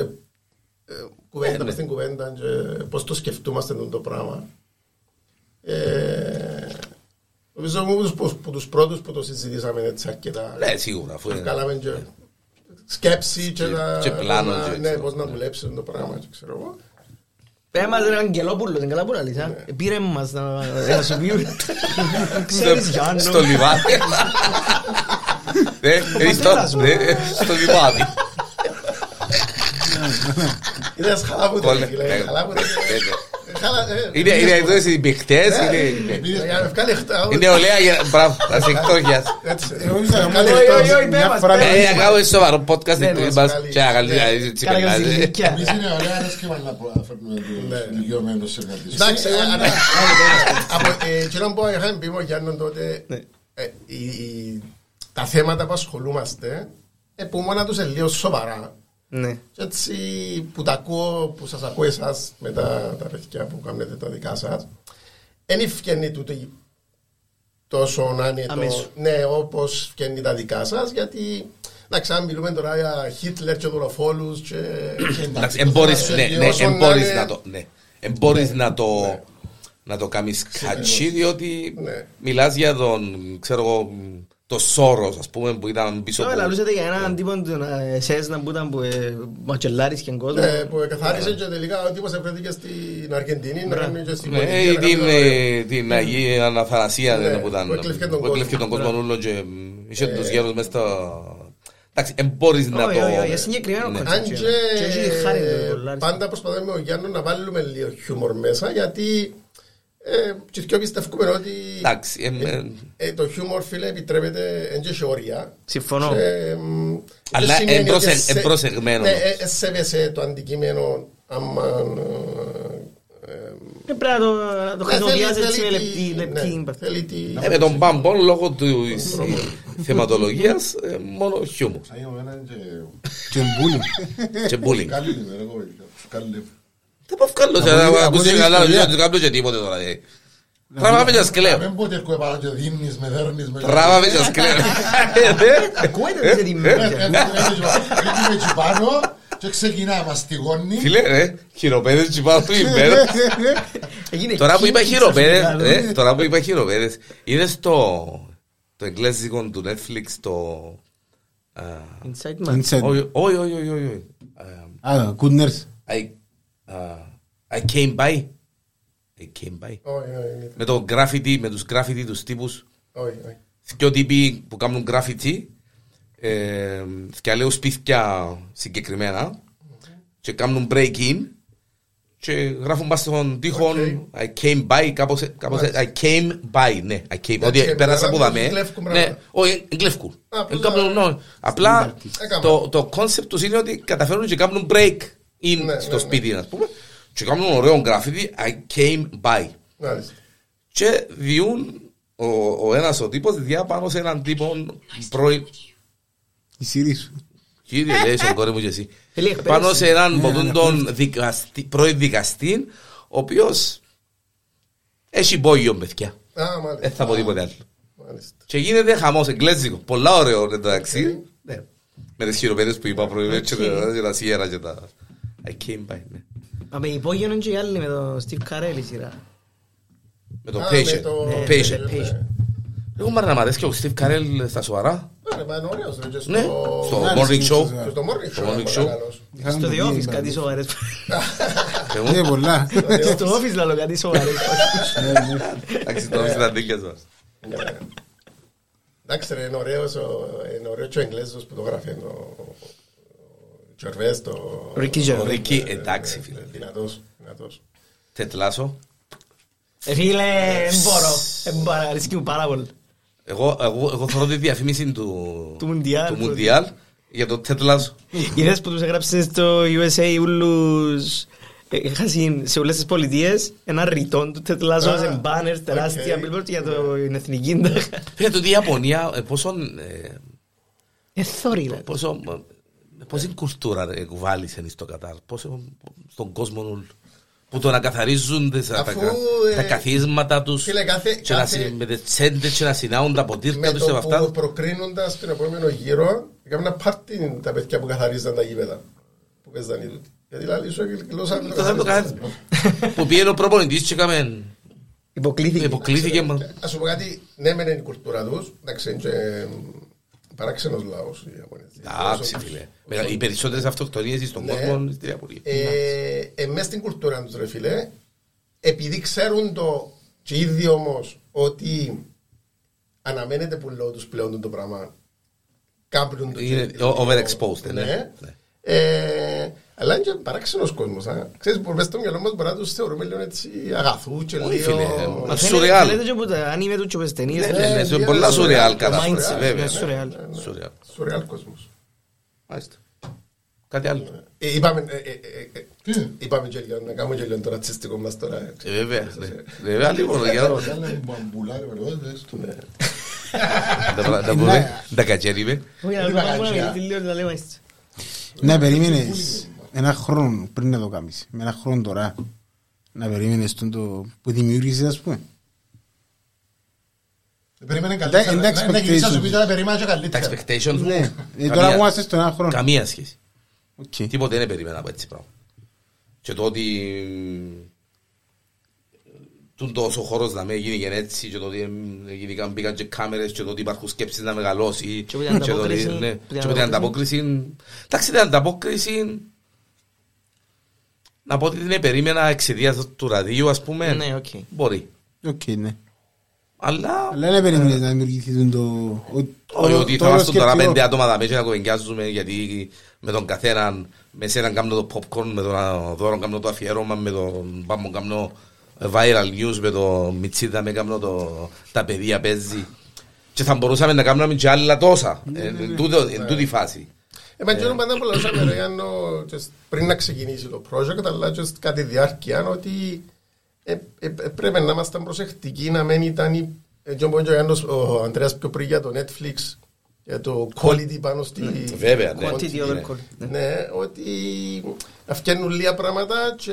Speaker 4: ε, κουβέντα
Speaker 1: ναι.
Speaker 4: μες στην κουβέντα και πώς το σκεφτούμαστε το πράγμα. Ε, Νομίζω εγώ τους- που- που τους πρώτους που το συζητήσαμε έτσι αρκετά.
Speaker 1: Ναι, σίγουρα. Αφού είναι-
Speaker 4: Βγάλαμε και σκέψη και,
Speaker 1: Και-
Speaker 4: τα-
Speaker 1: και πλάνο και
Speaker 4: να- Ναι,
Speaker 1: ξέρω,
Speaker 4: πώς να
Speaker 1: ναι.
Speaker 4: δουλέψουν το πράγμα και ξέρω εγώ.
Speaker 3: Πέρα μας έναν Αγγελόπουλο, δεν καλά που να λες, α. Πήρε μας να να σου πεις. Ξέρεις Γιάννο.
Speaker 1: Στο
Speaker 3: (laughs)
Speaker 1: λιβάδι. Ναι,
Speaker 3: πατέρας μου.
Speaker 1: ναι, Στο λιβάδι.
Speaker 4: Ήταν χαλάβουτα,
Speaker 1: Πολύ.
Speaker 4: ρε φίλε.
Speaker 1: Ναι.
Speaker 4: Χαλάβουτα.
Speaker 1: Ναι, ναι.
Speaker 4: Ε, χαλα- ε,
Speaker 1: Είναι
Speaker 4: ε,
Speaker 1: είναι
Speaker 4: ε,
Speaker 1: εδώ οι μπηχτές, είναι- είναι-
Speaker 4: Για να βγάλει χτά-
Speaker 1: είναι ολέα για... Μπράβο, τα συγχώρια.
Speaker 4: Έτσι.
Speaker 5: Εγώ ήθελα να
Speaker 4: Βγάλει
Speaker 5: κάνω
Speaker 3: Ωι,
Speaker 4: χτά-
Speaker 3: ωι, ωι, πέρα
Speaker 5: μια
Speaker 3: μας,
Speaker 2: Ναι,
Speaker 5: φορά
Speaker 3: πέρα
Speaker 1: Ε,
Speaker 3: μας.
Speaker 1: να κάνουμε σοβαρό podcast
Speaker 3: Ναι,
Speaker 1: ναι,
Speaker 4: ναι,
Speaker 1: μας
Speaker 4: καλή.
Speaker 1: και αγαλία, έτσι
Speaker 3: Καλά για
Speaker 1: πελάζει.
Speaker 3: ζηλικιά.
Speaker 2: Εμείς είναι ωραία, αρέσκει μας να φέρνουμε τους δικαιωμένους εργατές.
Speaker 4: Εντάξει, ε,
Speaker 1: ναι.
Speaker 4: αλλά- από ε, εκείνο που είχαμε πει με ο Γιάννον τότε,
Speaker 1: Ναι.
Speaker 4: ε, η- η- τα θέματα που ασχολούμαστε, ε, που μόνα τους είναι λίγο σοβαρά.
Speaker 3: Ναι.
Speaker 4: Και έτσι που τα ακούω, που σας ακούω εσάς με τα, τα παιδιά που κάνετε τα δικά σας, δεν φγαίνει τούτο τόσο άνετο,
Speaker 3: Αμέσως.
Speaker 4: ναι, όπως φγαίνει τα δικά σας, γιατί... Εντάξει, αν μιλούμε τώρα για Χίτλερ και δολοφόλους και...
Speaker 1: Εντάξει, εμπόρεις,
Speaker 4: Όσο
Speaker 1: ναι,
Speaker 4: να
Speaker 1: ναι, εμπόρεις
Speaker 4: είναι-
Speaker 1: να το... Ναι. Εμπόρεις να το... Να το κάνεις χατσί, διότι
Speaker 4: Ναι.
Speaker 1: μιλάς για τον, ξέρω εγώ, το Σόρος, ας πούμε, που ήταν πίσω
Speaker 3: Τώρα
Speaker 1: από...
Speaker 3: λαλούσατε για έναν τύπο του να- Σέσνα που ήταν που ε, Μακελάρης και κόσμος.
Speaker 4: Ναι, που καθάρισε και τελικά ο τύπος έφερθηκε στην Αργεντινή να κάνει και στην
Speaker 1: Ναι,
Speaker 4: Πολιτεία, να
Speaker 1: την,
Speaker 4: κάνει όλα.
Speaker 1: ε, την Αγία Αναθανασία
Speaker 4: Ναι,
Speaker 1: ναι, που ήταν.
Speaker 4: που εκλέφθηκε τον
Speaker 1: που εκλέφθηκε τον
Speaker 4: κόσμο.
Speaker 1: κόσμο όλο και μ, είχε τους γέρους μέσα στο... Εντάξει, εμπόρεις να
Speaker 3: Όχι,
Speaker 1: το...
Speaker 3: όχι, όχι, συγκεκριμένο
Speaker 1: Ναι.
Speaker 4: Αν
Speaker 3: κονσεπτ.
Speaker 4: και ε,
Speaker 3: Και έχει χάρη το Λάρης.
Speaker 4: πάντα προσπαθούμε με τον Γιάννο να βάλουμε λίγο χιούμορ μέσα γιατί ε, και πιο πιστεύουμε ότι
Speaker 1: Εντάξει, εμ,
Speaker 4: ε,
Speaker 1: ε,
Speaker 4: ε, το χιούμορ φίλε επιτρέπεται εν και σε όρια
Speaker 3: Συμφωνώ.
Speaker 4: Και, ε, μ, δεν
Speaker 1: Αλλά
Speaker 4: σημαίνει ότι
Speaker 1: εμπρόσε-
Speaker 4: σε-
Speaker 1: εμπροσεγμένο.
Speaker 4: Ναι, ε, ε, σέβεσαι το αντικείμενο άμα ε, ε,
Speaker 3: Ε, Πρέπει να το- να το
Speaker 4: ναι, θέλει-
Speaker 3: χρησιμοποιάς έτσι με
Speaker 4: θέλει
Speaker 3: λεπτή-
Speaker 4: τη- ναι,
Speaker 3: λεπτή ύπαρξη.
Speaker 4: Θέλει τη-
Speaker 1: Ε, με τον Μπαμπον λόγω του θεματολογίας ε, μόνο χιούμορ
Speaker 2: Θα είμαι έναν και
Speaker 5: Και
Speaker 1: (laughs)
Speaker 5: μπούλι.
Speaker 1: και bullying.
Speaker 2: καλή λίγο, ρε κοπέλια. Καλή λίγο.
Speaker 1: Θα πω βγάλω σε
Speaker 5: Από
Speaker 1: ένα
Speaker 5: την- από
Speaker 1: ακούσει
Speaker 5: την
Speaker 1: καλά,
Speaker 5: ιστορία.
Speaker 1: δεν του κάνω και τίποτε τώρα. ε. Τράβαμε και
Speaker 2: Να
Speaker 1: σκλέω.
Speaker 2: μην πω ότι έρχομαι πάνω και δίνεις με, δέρνεις με.
Speaker 1: Τράβαμε και σκλέω.
Speaker 3: Ακούετε τις
Speaker 2: Ε,
Speaker 3: ετοιμίες.
Speaker 2: ε, δίνουμε εκεί πάνω και ξεκινά, μαστιγώνει.
Speaker 1: Φίλε, ρε, χειροπέδες και πάνω του ημέρα.
Speaker 3: Έγινε
Speaker 1: Τώρα που είπα
Speaker 3: κίνηση
Speaker 1: χειροπέδες,
Speaker 3: ξαφνικά,
Speaker 1: ε,
Speaker 3: ναι.
Speaker 1: τώρα που είπα χειροπέδες, είδες το το εγγλέζικο του Netflix, το... α,
Speaker 3: Inside man.
Speaker 5: Inside.
Speaker 1: Όχι, όχι, όχι, όχι, όχι. Ε,
Speaker 5: Α, good nurse.
Speaker 1: I, uh, I came by. I came by.
Speaker 4: Όχι, όχι,
Speaker 1: Με το graffiti, με τους graffiti τους τύπους.
Speaker 4: όχι, όχι.
Speaker 1: Δυο τύποι που κάνουν graffiti. Ε, και λέω σπίτια συγκεκριμένα. Και κάνουν break-in. Και γράφουν μας στον τοίχο I came by, κάπως, κάπως
Speaker 4: Μάλιστα.
Speaker 1: I came by, ναι, I came,
Speaker 4: Εντάξει,
Speaker 1: ότι πέρασα από
Speaker 4: γράφουν
Speaker 1: δαμέ.
Speaker 4: εγκλεύκουν
Speaker 1: Ναι,
Speaker 4: πράγματα.
Speaker 1: όχι, εγκλεύκουν.
Speaker 4: Α, Ε, απλώς
Speaker 1: Δεν κάνουν,
Speaker 4: να-
Speaker 1: νόημα. ναι. Απλά
Speaker 4: Έκανα.
Speaker 1: το- το κόνσεπτ τους είναι ότι καταφέρνουν και κάνουν break in
Speaker 4: Ναι, ναι,
Speaker 1: στο
Speaker 4: ναι.
Speaker 1: σπίτι, ας πούμε. Και κάνουν ωραίο graffiti, I came by.
Speaker 4: Μάλιστα.
Speaker 1: Και διούν ο, ο ένας ο τύπος διά πάνω σε έναν τύπο πρώην...
Speaker 5: Η Σύρη σου.
Speaker 1: Κύριε λέει στον κόρη μου και εσύ.
Speaker 3: Θέλει εκπαίδευση.
Speaker 1: πάνω σε έναν
Speaker 4: Ναι,
Speaker 1: ποτούν τον δικαστή, πρώην δικαστή, ο οποίος έχει πόγιο παιδιά.
Speaker 4: Α,
Speaker 1: Δεν Ε, θα
Speaker 4: μάλιστα.
Speaker 1: πω τίποτε άλλο.
Speaker 4: Μάλιστα.
Speaker 1: Και γίνεται χαμός εγκλέζικο. Πολλά ωραίο εντάξει.
Speaker 4: Ε,
Speaker 1: Ναι. Με τις χειροπέδες που είπα προηγουμένως και τα- και τα σιέρα και τα... I came by, ναι.
Speaker 3: Μα με υπόγειο είναι και οι άλλοι με τον Steve Carell η σειρά.
Speaker 1: Με το
Speaker 4: Α, με
Speaker 1: patient.
Speaker 4: το-
Speaker 1: Το
Speaker 4: ναι,
Speaker 1: patient.
Speaker 4: ναι, ναι.
Speaker 1: Λίγο μάρα να μ' αρέσει και ο Steve Carell στα σοβαρά.
Speaker 4: Ωραία, μα είναι ωραίος, ρε, και στο-
Speaker 1: Ναι. Στο
Speaker 5: Ναι,
Speaker 1: morning
Speaker 5: στο-
Speaker 1: show.
Speaker 4: και στο morning
Speaker 1: στο
Speaker 4: show,
Speaker 1: morning
Speaker 4: άμα
Speaker 1: show.
Speaker 4: καλώς.
Speaker 3: Στο The
Speaker 5: δηλαδή.
Speaker 3: Office κάτι σοβαρές.
Speaker 1: Εγώ-
Speaker 5: Ναι, πολλά. (laughs)
Speaker 3: (laughs) Στο Office λαλό κάτι σοβαρές.
Speaker 1: Εντάξει, το αφήστε τα δίκια σας.
Speaker 4: Ναι. Εντάξει ρε, είναι ωραίος ο- είναι ωραίος και ο Εγγλέζος που το γράφει είναι ο- ο- ο Τζορβές, το...
Speaker 3: Ricky
Speaker 1: Ο
Speaker 3: Gervais.
Speaker 1: Ρίκη, εντάξει,
Speaker 4: ε,
Speaker 1: φίλε.
Speaker 4: Δυνατός, δυνατός.
Speaker 1: Τετλάσο.
Speaker 3: Ε, Φίλε, δεν μπορώ. Δεν μπορώ, αρισκεί μου πάρα πολύ.
Speaker 1: Εγώ, εγώ, εγώ θεωρώ τη διαφήμιση του,
Speaker 3: Του Μουντιάλ.
Speaker 1: του Μουντιάλ για το Τετλάσο.
Speaker 3: Είδες που τους έγραψες στο USA ούλους ε, χάσιν σε όλες τις πολιτείες ένα ρητόν του τετλάζω
Speaker 4: Α,
Speaker 3: σε μπάνερ τεράστια
Speaker 4: οκ.
Speaker 3: billboard για το- την εθνική ντάχα.
Speaker 1: Φίλε, τούτη η Ιαπωνία, ε, πόσο, ε,
Speaker 3: Εθόρυ ρε.
Speaker 1: πόσο, ε, πόση κουλτούρα ε, κουβάλισε στο Κατάρ, πόσο στον κόσμο όλο. Που το να καθαρίζουν τις- τα,
Speaker 4: Αφού,
Speaker 1: κα-
Speaker 4: ε,
Speaker 1: τα καθίσματα τους
Speaker 4: φίλε, κάθε-
Speaker 1: και να
Speaker 4: κάθε-
Speaker 1: συ- με τις τσέντες και να συνάουν τα
Speaker 4: Με
Speaker 1: ποτήρια τους και
Speaker 4: το
Speaker 1: με
Speaker 4: που
Speaker 1: αυτά.
Speaker 4: προκρίνοντας τον επόμενο γύρο έκαναν πάρτι τα παιδιά που καθαρίζαν τα γήπεδα που παίζαν οι τούτοι. Γιατί λαλή σου γλώσσα
Speaker 1: Το θέμα το καθαρίσμα. Που πήγαινε ο προπονητής και έκαμε
Speaker 3: Υποκλήθηκε.
Speaker 1: Υποκλήθηκε. μα.
Speaker 4: Ας σου πω κάτι, ναι, μεν είναι η κουλτούρα τους. Εντάξει, είναι και παράξενος λαός οι Ιαπωνέζοι.
Speaker 1: Εντάξει, φίλε. Μεγα- Οι περισσότερες αυτοκτονίες στον
Speaker 4: Ναι.
Speaker 1: κόσμο είναι στην Ιαπωνία.
Speaker 4: Ε, ε, μες στην κουλτούρα τους, ρε φίλε, επειδή ξέρουν το και οι ίδιοι όμως ότι αναμένεται που λέω τους πλέον το πράγμα. Κάμπνουν το.
Speaker 1: Είναι
Speaker 4: και-
Speaker 1: o- overexposed, ναι. Ναι.
Speaker 4: Ε, αλλά είναι και παράξενος κόσμος. Ξέρεις, που μέσα στο μυαλό μας μπορεί να τους θεωρούμε λίγο έτσι αγαθού και
Speaker 1: Όχι,
Speaker 4: λίγο.
Speaker 1: φίλε. ε,
Speaker 3: Μα
Speaker 1: Μα
Speaker 3: φαίνεται-
Speaker 1: σουρεάλ.
Speaker 3: φαίνεται και που τα Anime του και που τις ταινίες.
Speaker 1: Ναι,
Speaker 3: το-
Speaker 1: ναι, ναι,
Speaker 4: Ε,
Speaker 1: σε
Speaker 4: ε,
Speaker 1: πολλά
Speaker 4: ε,
Speaker 1: σουρεάλ
Speaker 4: το
Speaker 1: κατάσταση,
Speaker 4: mindset,
Speaker 1: βέβαια.
Speaker 3: ναι, σουρεάλ.
Speaker 1: Σουρεάλ.
Speaker 4: Σουρεάλ κόσμος.
Speaker 1: Μάλιστα. Κάτι άλλο.
Speaker 4: Ε, είπαμε, ε, ε, ε, ε,
Speaker 2: Τι?
Speaker 4: είπαμε και λίγο, να κάνουμε και λίγο το ρατσιστικό μας τώρα. ε,
Speaker 1: Ε,
Speaker 4: ξέρεις.
Speaker 1: Βέβαια. ναι. Βέβαια, λίγο. ρε, για να-
Speaker 2: Καλά, μπαμπουλάρι, βελόδες.
Speaker 1: τα πράγματα που λέμε. Τα κατσέρι με.
Speaker 3: Όχι,
Speaker 2: Ε,
Speaker 3: αλλά
Speaker 2: είπα
Speaker 3: πάμε
Speaker 2: κάτι,
Speaker 3: να
Speaker 2: α.
Speaker 3: τη λέω, να λέμε έτσι.
Speaker 5: Να περίμενες ένα χρόνο πριν να το κάνεις, με ένα χρόνο τώρα, να περίμενες τον το που δημιούργησες ας πούμε.
Speaker 2: Περίμενε καλύτερα.
Speaker 5: Εντάξει,
Speaker 2: Να- Να γυρίσει
Speaker 5: expectations.
Speaker 2: σου πείτε να περιμένεις και
Speaker 1: Τα
Speaker 2: καλύτερα.
Speaker 1: expectations μου.
Speaker 5: Ναι, ε, τώρα
Speaker 1: καμία-
Speaker 5: που είμαστε στον ένα χρόνο.
Speaker 1: Καμία σχέση.
Speaker 5: Οκ.
Speaker 1: Τίποτε δεν περίμενα από έτσι πράγμα. Και το ότι ε, τον τόσο χώρος να με γίνει και έτσι και το ότι ε, εμ, γίνηκαν, μπήκαν και κάμερες και το ότι υπάρχουν σκέψεις να μεγαλώσει
Speaker 3: Και που την
Speaker 1: το ότι,
Speaker 3: ανταπόκριση,
Speaker 1: ναι,
Speaker 3: που την
Speaker 1: και που την ανταπόκριση εντάξει την ανταπόκριση να πω ότι την περίμενα εξαιτίας του ραδίου ας πούμε
Speaker 3: Ναι, οκ.
Speaker 1: μπορεί
Speaker 5: Οκ, ναι.
Speaker 1: αλλά
Speaker 5: Αλλά δεν περίμενες να δημιουργηθεί τον το... ο-
Speaker 1: όχι
Speaker 5: το-
Speaker 1: ότι
Speaker 5: το
Speaker 1: θα είμαστε τώρα
Speaker 5: σκεπτικό.
Speaker 1: πέντε άτομα τα μέσα να κοβεντιάζουμε γιατί με τον καθέναν, με σέναν κάνω το popcorn, με τον α, δώρο κάνω το αφιέρωμα, με τον πάμπο κάνω viral news, με τον Μιτσίδα με κάνω το, τα παιδιά παίζει. Και θα μπορούσαμε να κάνουμε και άλλα τόσα, εν εν τούτο- εν τούτη φάση.
Speaker 4: Ε, μα και πάντα απολαύσαμε, ρε, Γιάννο, και σ- πριν να ξεκινήσει το project, αλλά και σ- κατά τη διάρκεια, ότι ε, ε, ε, πρέπει να ήμασταν προσεκτικοί, να μην ήταν η- ε, και όπως και ο Γιάννος- ο Ανδρέας πιο πριν για το Netflix, για το quality πάνω στη...
Speaker 1: Βέβαια, ναι.
Speaker 3: Quantity
Speaker 1: Ναι.
Speaker 3: over quality.
Speaker 4: Ναι, ότι να φτιάχνουν λίγα πράγματα και,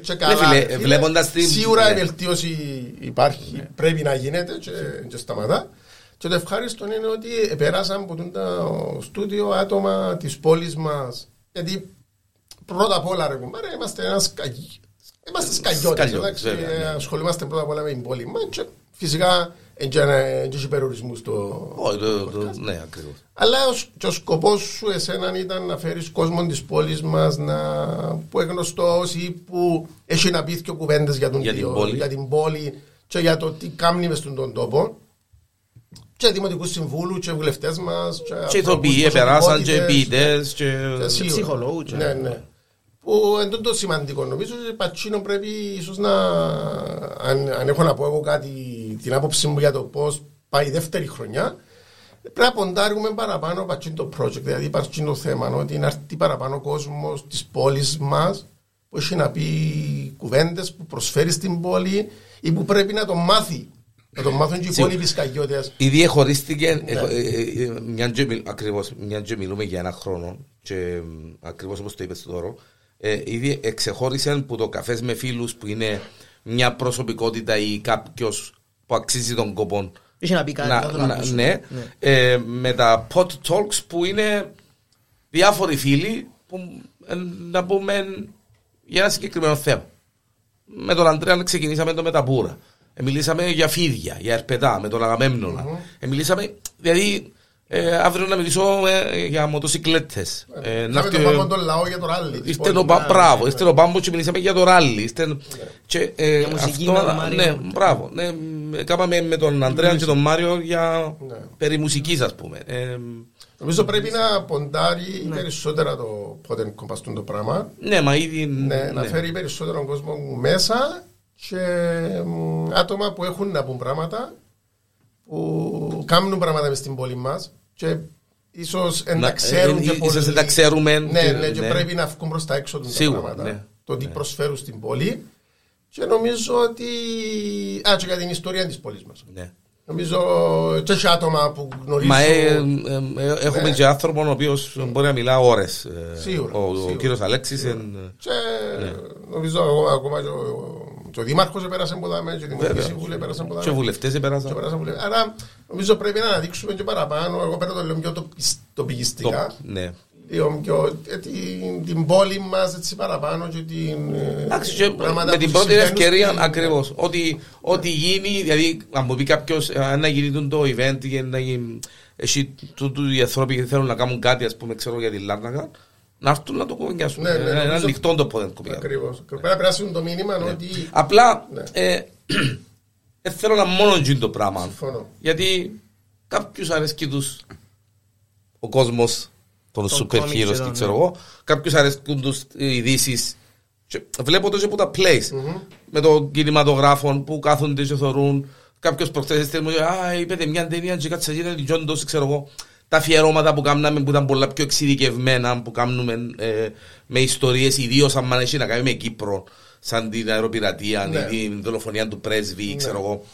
Speaker 4: και
Speaker 1: Ναι,
Speaker 4: καλά.
Speaker 1: φίλε,
Speaker 4: Φίλε,
Speaker 1: βλέποντας την-
Speaker 4: Σίγουρα
Speaker 1: ναι.
Speaker 4: η βελτίωση υπάρχει, πρέπει να γίνεται και, και σταματά. Και το ευχάριστο είναι ότι περάσαν από το στούντιο άτομα της πόλης μας. Γιατί πρώτα απ' όλα, ρε κουμπάρε, είμαστε ένας σκαγί. Είμαστε σκαγιώτες,
Speaker 1: Σκαγιώτες,
Speaker 4: εντάξει,
Speaker 1: βέβαια, ναι.
Speaker 4: ασχολούμαστε πρώτα απ' όλα με την πόλη μας και φυσικά δεν έχει περιορισμούς το,
Speaker 1: Όχι, το- το- ναι, ακριβώς.
Speaker 4: αλλά ο σ- και ο σκοπός σου εσέναν ήταν να φέρεις κόσμο της πόλης μας που είναι γνωστό ή που έχει να πει και κουβέντες για, τον
Speaker 1: Για την
Speaker 4: τιο-
Speaker 1: πόλη.
Speaker 4: για την πόλη και για το τι κάνει μες στον τον τόπο. Και δημοτικούς συμβούλους, και βουλευτές μας.
Speaker 1: Και ηθοποιοί επεράσαν και ποιητές ναι. και...
Speaker 3: ψυχολόγους και-
Speaker 4: Ναι, ναι. Που εν τούτο σημαντικό νομίζω ότι πατσίνο πρέπει ίσως να. Αν, αν έχω να πω εγώ κάτι, την άποψή μου για το πώς πάει η δεύτερη χρονιά, πρέπει να ποντάρουμε παραπάνω πατσίνο το project. Δηλαδή πατσίνο το θέμα ότι να έρθει παραπάνω κόσμος της πόλης μας που έχει να πει κουβέντες που προσφέρει στην πόλη ή που πρέπει να το μάθει. Να το μάθουν και οι
Speaker 1: Σίγουρα.
Speaker 4: υπόλοιποι σκαγιώτες.
Speaker 1: Ήδη εχωρίστηκε, εχω- ε, ε, ε, μιαν και μιλ- ακριβώς, μιαν και μιλούμε για ένα χρόνο και ε, ακριβώς όπως το είπες τώρα, ε, ήδη εξεχώρισαν που το καφές με φίλους που είναι μια προσωπικότητα ή κάποιος που αξίζει τον κόπο
Speaker 3: Είχε να πει κάτι,
Speaker 1: να-
Speaker 3: να τον
Speaker 1: να-
Speaker 3: ακούσουμε.
Speaker 1: ναι, ε, με τα pot talks που είναι διάφοροι φίλοι που ε, να πούμε για ένα συγκεκριμένο θέμα. Με τον Αντρέα ξεκινήσαμε το μεταπούρα. Ε, μιλήσαμε για φίδια, για ερπετά, με τον αγαμεμνονα Ε, μιλήσαμε, δηλαδή ε, αύριο να μιλήσω ε, για μοτοσυκλέτες. Ε, να
Speaker 4: Να
Speaker 1: έρθει-
Speaker 4: το πάμε τον λαό για το ράλι. της
Speaker 1: Είστε
Speaker 4: πόλης
Speaker 1: το
Speaker 4: μας.
Speaker 1: πα- μπράβο, είστε το πάμπο και μιλήσαμε για το ράλι.
Speaker 4: Ναι.
Speaker 1: Είστε... Και, ε,
Speaker 3: Για μουσική
Speaker 1: αυτό,
Speaker 3: με τον Μάριο.
Speaker 1: ναι, μπράβο. Ναι, μ, κάμαμε με τον Αντρέα και τον Μάριο για
Speaker 4: Ναι.
Speaker 1: περί μουσικής ας πούμε. Ε,
Speaker 4: Νομίζω πρέπει να ποντάρει περισσότερα το πότε κομπαστούν το πράγμα.
Speaker 1: ναι, μα ήδη...
Speaker 4: Ναι, να φέρει περισσότερο κόσμο μέσα και μ, άτομα που έχουν να πούν πράγματα, που κάνουν πράγματα μες στην πόλη μας και ίσως δεν
Speaker 1: Να-
Speaker 4: τα ξέρουν
Speaker 1: ε,
Speaker 4: και
Speaker 1: ίσως
Speaker 4: πολύ.
Speaker 1: δεν τα ξέρουμε
Speaker 4: Ναι,
Speaker 1: και-
Speaker 4: ναι, και
Speaker 1: ναι.
Speaker 4: πρέπει να βγουν προς τα έξω τους τα
Speaker 1: Σίγουρα,
Speaker 4: πράγματα.
Speaker 1: ναι.
Speaker 4: Το τι προσφέρουν στην πόλη και νομίζω ότι... Α, και για την ιστορία της πόλης μας.
Speaker 1: Ναι.
Speaker 4: Νομίζω και έχει άτομα που γνωρίζουν...
Speaker 1: Μα ε, ε, ε, έχουμε
Speaker 4: Ναι.
Speaker 1: και άνθρωπο ο οποίος μπορεί να μιλά ώρες. Ε,
Speaker 4: Σίγουρα,
Speaker 1: Ο, ο
Speaker 4: σίγουρα.
Speaker 1: κύριος Αλέξης εν-
Speaker 4: Και νομίζω ακόμα- ακόμα και ο- και ο Δήμαρχος επέρασε από τα μέσα, και η Δημοτική Συμβούλης επέρασε από τα
Speaker 1: και
Speaker 4: μέσα.
Speaker 1: βουλευτές
Speaker 4: και
Speaker 1: επέρασαν.
Speaker 4: επέρασε από τα- Άρα νομίζω πρέπει να αναδείξουμε και παραπάνω. Εγώ παίρνω το λέω πιο τοπι- τοπικιστικά.
Speaker 1: Το- Ναι.
Speaker 4: λίγο πιο- ε, την- την πόλη μας έτσι παραπάνω και την. ε,
Speaker 1: Εντάξει, και
Speaker 4: πράγματα
Speaker 1: με
Speaker 4: που
Speaker 1: την πρώτη
Speaker 4: συμβαίνουν
Speaker 1: ευκαιρία
Speaker 4: στην-
Speaker 1: ακριβώς. Ό,τι, ό,τι γίνει, δηλαδή, αν μου πει κάποιος, αν να γίνει τούτο το event, ή να γίνει. Εσύ, τούτου οι άνθρωποι που θέλουν να κάνουν κάτι, ας πούμε, ξέρω για τη Λάρνακα, να έρθουν να το κομμιάσουν.
Speaker 4: Ναι, ναι,
Speaker 1: Είναι ένα
Speaker 4: νομίζω-
Speaker 1: ανοιχτό το πόδι να κομμιάσουν.
Speaker 4: Ακριβώς. Πρέπει να περάσουν το μήνυμα ότι.
Speaker 1: Απλά
Speaker 4: Ναι.
Speaker 1: ε, (clears throat) ε, θέλω να μόνο γίνει το πράγμα.
Speaker 4: Συμφωνώ.
Speaker 1: Γιατί κάποιους αρέσκει τους ο κόσμος των
Speaker 3: Των
Speaker 1: super
Speaker 3: comic
Speaker 1: heroes
Speaker 3: εδώ,
Speaker 1: και
Speaker 3: ναι.
Speaker 1: ξέρω εγώ. Κάποιους αρέσκουν τους οι ειδήσεις. Και Βλέπω τόσο από τα plays με τον κινηματογράφο που κάθονται και θωρούν. Κάποιος προχθές έστειλε μου, Α, είπετε μια ταινία, και κάτσε γίνεται την Τζόντο, ξέρω εγώ. Τα αφιερώματα που κάναμε που ήταν πολλά πιο εξειδικευμένα, που κάνουμε ε, με ιστορίες, ιδίως αν μ' έχει να κάνει με Κύπρο, σαν την αεροπειρατεία
Speaker 4: Ναι.
Speaker 1: ή την δολοφονία του πρέσβη, ξέρω εγώ.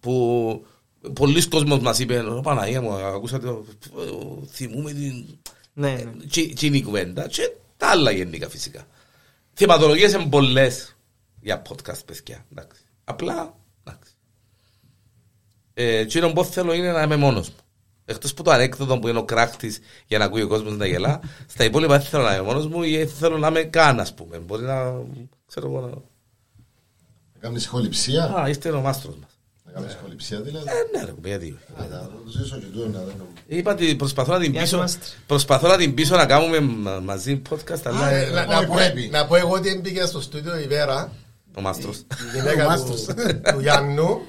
Speaker 1: Που πολλοί κόσμος μας είπε, «Ω, Παναγία μου, ακούσατε, το, ε, θυμούμε την
Speaker 3: Ναι,
Speaker 1: Ε,
Speaker 3: ναι.
Speaker 1: τσι- τσινή κουβέντα και τα άλλα γενικά φυσικά. Θεματολογίες είναι πολλές για podcast, παιδιά. εντάξει. Απλά, εντάξει. Ε, Τσίνο που θέλω είναι να είμαι μόνος μου. Εκτός που το ανέκδοτο που είναι ο κράχτης για να ακούει ο κόσμος να
Speaker 3: (laughs)
Speaker 1: γελά, στα υπόλοιπα δεν θέλω να είμαι μόνος μου ή δεν θέλω να είμαι καν, ας πούμε. Μπορεί να, ξέρω εγώ, να...
Speaker 2: Κάμνεις χοληψία.
Speaker 1: Α, ήρθε ο μάστρος μας.
Speaker 2: Να κάνεις χοληψία δηλαδή.
Speaker 1: Ε, ναι, ρε, παιδιά, τι.
Speaker 2: Α, Να το ζήσω και τούτο να δεν
Speaker 1: Είπα ότι προσπαθώ να την
Speaker 3: Γεια σου,
Speaker 1: πείσω,
Speaker 3: μάστρε.
Speaker 1: προσπαθώ να την πείσω να κάνουμε μα- μαζί podcast, αλλά
Speaker 4: Ε,
Speaker 1: ε,
Speaker 4: να- να
Speaker 2: Όχι,
Speaker 4: πω-
Speaker 2: πρέπει.
Speaker 4: Να πω εγώ ότι μπήκα στο στούντιο η Βέρα,
Speaker 1: ο μάστρος.
Speaker 4: η γυναίκα του-
Speaker 5: Μάστρος.
Speaker 4: του Γιάννου,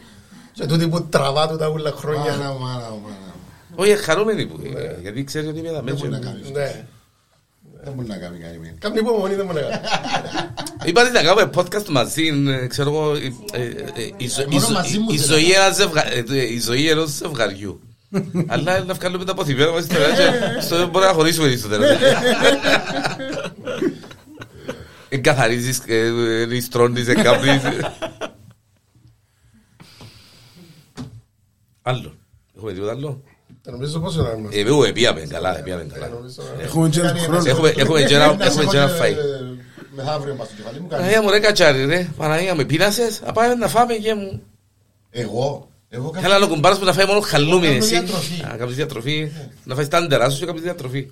Speaker 4: και τούτη που τραβά του τα ούλα
Speaker 2: Μάνα,
Speaker 4: χρόνια. Ναι.
Speaker 2: μάνα, μάνα.
Speaker 1: Όχι, χαρούμενη που είναι, γιατί ξέρεις ότι είμαι εδώ
Speaker 2: Ναι. Δεν
Speaker 1: μέσα.
Speaker 2: μπορεί να κάνει.
Speaker 4: Ναι.
Speaker 2: Δεν μπορεί να κάνει κανείς.
Speaker 4: Κάμνη υπομονή δεν μου λέγανε.
Speaker 1: Είπα ότι να κάνουμε podcast μαζί, ε, ξέρω εγώ, ε, ε, ε, η ζω-
Speaker 2: Ε,
Speaker 1: η
Speaker 2: μόνο
Speaker 1: ζω-
Speaker 2: μαζί μου
Speaker 1: η- η
Speaker 2: δεν
Speaker 1: ζωή ένας ζευγα- ε, ε, η ζωή ενός
Speaker 2: (laughs)
Speaker 1: ζευγαριού. Αλλά να βγάλουμε τα αποθυμένα μας τώρα και στο μπορεί να χωρίσουμε στο
Speaker 2: (laughs)
Speaker 1: τέλος. Εγκαθαρίζεις, ε, ε, ληστρώνεις,
Speaker 2: (laughs)
Speaker 1: εγκαμπνίζεις. Άλλο. Έχουμε τίποτα άλλο.
Speaker 4: Νομίζω πόσο να είμαστε.
Speaker 1: Ε, εγώ επίαμε καλά, επίαμε
Speaker 2: Ε,
Speaker 1: καλά.
Speaker 4: Νομίζω να-
Speaker 5: Έχουμε και έναν χρόνο.
Speaker 1: Έχουμε-
Speaker 2: (laughs)
Speaker 1: έχουμε και ένα- έχουμε και ένα φάι.
Speaker 2: ε, Μεθαύριο μας το κεφάλι μου κάνει.
Speaker 1: Παναγία Ε, μου ρε κατσάρι ρε, Παναγία με πείνασες, να πάμε να φάμε και μου.
Speaker 2: Εγώ, εγώ κάνω-
Speaker 1: Θέλω να κουμπάρεις που να φάει μόνο χαλούμι
Speaker 2: Κάνω
Speaker 1: εσύ.
Speaker 2: διατροφή.
Speaker 1: Α, Κάνεις διατροφή, να φάεις τάντερα σου και κάνεις διατροφή.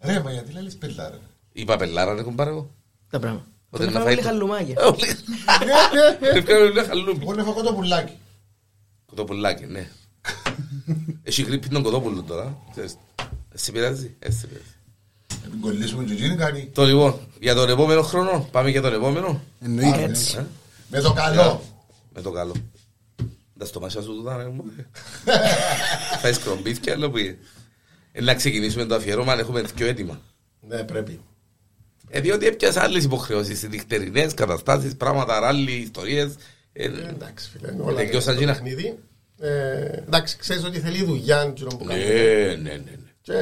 Speaker 2: Ρε, μα γιατί λες πελά, ρε.
Speaker 1: Είπα πελάρα ρε κουμπάρ εγώ.
Speaker 3: Τα πράγματα.
Speaker 1: Ότι
Speaker 3: Πρέπει
Speaker 1: να
Speaker 3: να
Speaker 1: φάει
Speaker 3: φάμε
Speaker 1: το-
Speaker 3: χαλουμάκια.
Speaker 1: Ε, όλοι. Ρε πιάνω ένα χαλούμι.
Speaker 2: Εγώ να φαγώ το πουλάκι.
Speaker 1: Κοτοπουλάκι, ναι. Έχει γρήπη τον κοτόπουλο τώρα, ξέρεις. Σε πειράζει, ε, σε πειράζει.
Speaker 2: Να την Ε, κολλήσουμε και εκείνη κάνει.
Speaker 1: Το λοιπόν, για τον επόμενο χρόνο, πάμε για τον επόμενο.
Speaker 5: Εννοείται.
Speaker 3: Έτσι.
Speaker 1: ε.
Speaker 2: Με το καλό.
Speaker 1: Με το καλό. Τα στομάσια σου τούτα, ρε μου. Θα σκρομπίθηκε άλλο που είναι. Ε, Να ξεκινήσουμε το αφιέρωμα, αν έχουμε πιο έτοιμα.
Speaker 4: Ναι, πρέπει.
Speaker 1: Ε, διότι έπιασα άλλες υποχρεώσεις, νυχτερινές καταστάσεις, πράγματα, ράλι, ιστορίες. Ε,
Speaker 4: Ε, Εντάξει, φίλε.
Speaker 1: Ε,
Speaker 4: όλα είναι
Speaker 1: τελειώσα,
Speaker 4: το
Speaker 1: Τζίνα.
Speaker 4: παιχνίδι. Ε, Εντάξει, ξέρεις ότι θέλει δουλειά και να που
Speaker 1: Ναι,
Speaker 4: κάνουμε.
Speaker 1: ναι, ναι. ναι.
Speaker 4: Και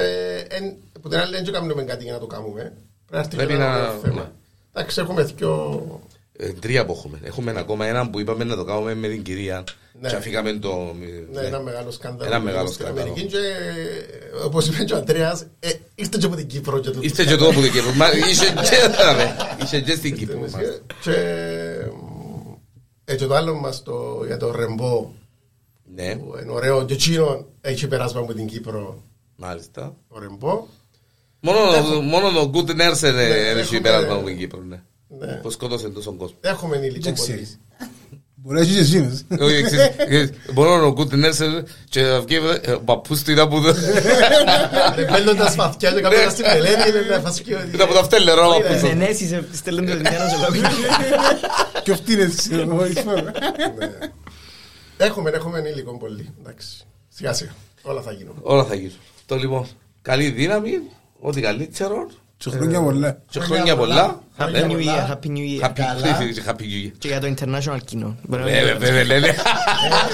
Speaker 4: εν- που την άλλη δεν κάνουμε κάτι για να το κάνουμε. Πρέπει να έρθει
Speaker 1: Πρέπει
Speaker 4: και ένα
Speaker 1: να-
Speaker 4: άλλο θέμα.
Speaker 1: ναι.
Speaker 4: Εντάξει, έχουμε δυο...
Speaker 1: Ε, τρία που έχουμε. Έχουμε ακόμα έναν που είπαμε να το κάνουμε με την κυρία.
Speaker 4: Ναι.
Speaker 1: Και αφήκαμε το...
Speaker 4: Ναι,
Speaker 1: ναι.
Speaker 4: ένα μεγάλο σκάνδαλο.
Speaker 1: Ένα μεγάλο
Speaker 4: Στην
Speaker 1: σκάνδαλο.
Speaker 4: Αμερική και ε, όπως είπε και ο Αντρέας, ε, ήρθε και από την Κύπρο και το
Speaker 1: Είστε και το που δεν κύπρο. Μα, Είσαι και, ρε.
Speaker 4: (laughs)
Speaker 1: Είσαι και στην Κύπρο. μας.
Speaker 4: Και ε, και το άλλο μας το, για το Ρεμπό,
Speaker 1: Ναι,
Speaker 4: που είναι ωραίο, και εκείνο έχει περάσει από την Κύπρο
Speaker 1: μάλιστα.
Speaker 4: ο Ρεμπό.
Speaker 1: Μόνο, μόνο το Good Nurse είναι
Speaker 4: έχουμε-
Speaker 1: έχει πέρασμα από την Κύπρο, ναι.
Speaker 4: Ναι.
Speaker 1: Που σκότωσε τόσον κόσμο.
Speaker 4: Έχουμε λίγο
Speaker 5: Δεν
Speaker 4: πολύ.
Speaker 5: ξέρεις. Μπορεί να έχεις και εσύ μες.
Speaker 1: Όχι, ξέρεις, ξέρεις, Μόνο το Good Nurse και να βγει ε, ο παππούς του ήταν που το-
Speaker 4: Δεν παίρνουν τα σπαθιά
Speaker 1: Ναι.
Speaker 4: και κάποιος στην Ελένη είναι να φασκεί ότι...
Speaker 1: ήταν από τα φτέλερα ο παππούς. του.
Speaker 3: Ξενέσεις, ε, στέλνουν το μια νοσοκομεία.
Speaker 5: Και αυτή είναι ξέρω εγώ, η φορά.
Speaker 4: Ναι. Έχουμε, έχουμε υλικό πολύ. Εντάξει. Σιγά σιγά. Όλα θα γίνουν.
Speaker 1: Όλα θα γίνουν. Το λοιπόν, καλή δύναμη, ό,τι καλύτερο
Speaker 5: Και χρόνια πολλά.
Speaker 1: και χρόνια πολλά.
Speaker 3: Happy
Speaker 1: Ναι.
Speaker 3: New Year, Happy New Year.
Speaker 1: Happy- Happy New Year.
Speaker 3: Και για το international κοινό. Μπορεί να-
Speaker 1: Βέβαια, βέβαια, ναι, ναι.
Speaker 2: Ε,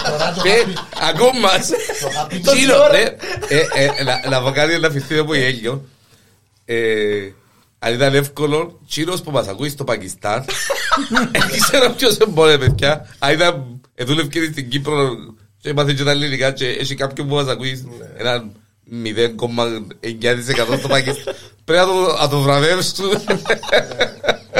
Speaker 2: τώρα το
Speaker 1: Ε,
Speaker 2: happy-
Speaker 1: Ακόμα.
Speaker 2: happy
Speaker 1: Τσίνο, ρε. Ε, ε, να- Να πω κάτι να φυστεί από γέλιο. Ε, Αν ήταν εύκολο, τσίνος που μας ακούει στο (laughs) Πακιστάν, δεν ξέρω ποιος εμπόρε, παιδιά. Αν ήταν, ε, δούλευκε στην Κύπρο και έμαθε και τα ελληνικά και έχει κάποιον που μας ακούει έναν 0,9% στο Πακιστάν. Πρέπει να το- να το βραβεύσουν.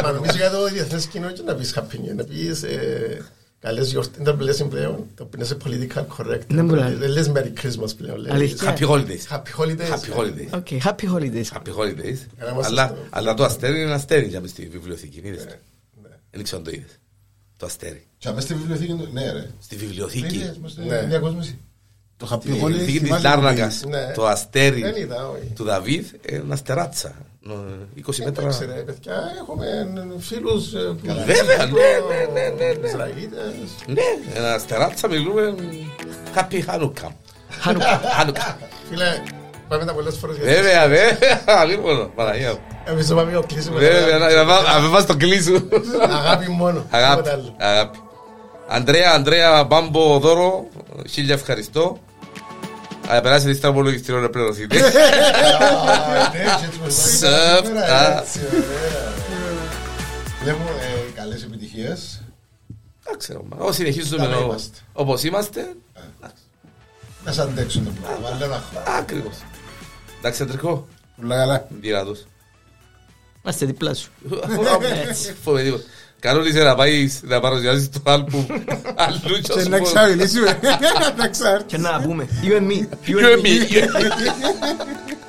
Speaker 4: Μα νομίζω για το διεθνές κοινό και να πεις χαπίνια, να πεις... ε, Καλές γιορτές δεν λες πλέον, το πίνεσαι πολιτικά correct.
Speaker 3: Δεν μου λέει.
Speaker 4: Δεν λες Merry Christmas πλέον. λες.
Speaker 3: Αλήθεια.
Speaker 1: Happy holidays.
Speaker 4: Happy holidays.
Speaker 1: Happy holidays.
Speaker 3: Οκ, happy holidays.
Speaker 1: Happy holidays.
Speaker 4: Καλά, μας
Speaker 1: Αλλά-
Speaker 4: είστε.
Speaker 1: Αλλά το αστέρι είναι ένα αστέρι για μες στη βιβλιοθήκη. Είδες το.
Speaker 4: Ναι.
Speaker 1: Δεν ξέρω αν το είδες. Το αστέρι.
Speaker 2: Και αμέσως στη βιβλιοθήκη του- Ναι, ρε.
Speaker 1: Στη βιβλιοθήκη.
Speaker 2: Τέλειες, μας το-
Speaker 4: Ναι.
Speaker 2: Διακόσμηση.
Speaker 5: Το είχα πει
Speaker 1: Στη
Speaker 5: εγώ, λέει,
Speaker 1: βιβλιοθήκη της
Speaker 5: θυμάσαι
Speaker 1: Λάρνακας.
Speaker 4: Ναι.
Speaker 1: Το αστέρι
Speaker 4: Δεν είδα, όχι.
Speaker 1: του Δαβίδ είναι ένα αστεράτσα. Νο- 20 μέτρα.
Speaker 4: Εντάξει ρε παιδιά, έχουμε φίλους ε, που-
Speaker 1: Βέβαια, ναι, ναι, ναι, ναι, ναι.
Speaker 4: Ισραηλίτες.
Speaker 1: Ναι, ένα αστεράτσα μιλούμε. Happy Hanukkah.
Speaker 3: Hanukkah.
Speaker 1: Hanukkah.
Speaker 4: Φίλε, πάμε τα πολλές φορές. γιατί
Speaker 1: Βέβαια, βέβαια. Λοιπόν, Παναγία μου.
Speaker 4: Εμείς το πάμε ο κλείσιμο.
Speaker 1: Βέβαια, να- να βά- να με βάζεις το κλί σου.
Speaker 4: Αγάπη μόνο.
Speaker 1: Αγάπη,
Speaker 4: τίποτα άλλο.
Speaker 1: αγάπη. Αντρέα, Αντρέα, μπάμπο δώρο, χίλια ευχαριστώ. Αλλά περάσετε ύστερα από λογιστήριο να
Speaker 4: (laughs)
Speaker 1: πληρωθείτε.
Speaker 2: Α, εντάξει, Ναι, έτσι μας πάει.
Speaker 1: Σεφ,
Speaker 2: Ωραία,
Speaker 1: α.
Speaker 2: έτσι, ωραία. Βλέπω ε, καλές επιτυχίες.
Speaker 1: Δεν ξέρω, μα, Όσοι συνεχίζουμε
Speaker 4: Καλά
Speaker 1: ο-
Speaker 4: είμαστε.
Speaker 1: όπως είμαστε,
Speaker 2: Να σ' αντέξουν το πράγμα. Λέω να χωρώ.
Speaker 1: ακριβώς. Εντάξει, Αντρικό,
Speaker 5: Πολλά καλά.
Speaker 4: (laughs)
Speaker 1: δυνατός.
Speaker 3: Να είστε διπλά σου. Έτσι.
Speaker 1: Φοβερή. Καλό λύσε να πάει να παρουσιάσεις το
Speaker 4: (laughs)
Speaker 1: άλμπουμ αλλού και να
Speaker 5: Και
Speaker 1: σου
Speaker 5: να
Speaker 1: πω-
Speaker 5: ξαρριλήσουμε. (laughs) Να ξαρρι-
Speaker 3: Και να πούμε. You and me.
Speaker 1: You and me.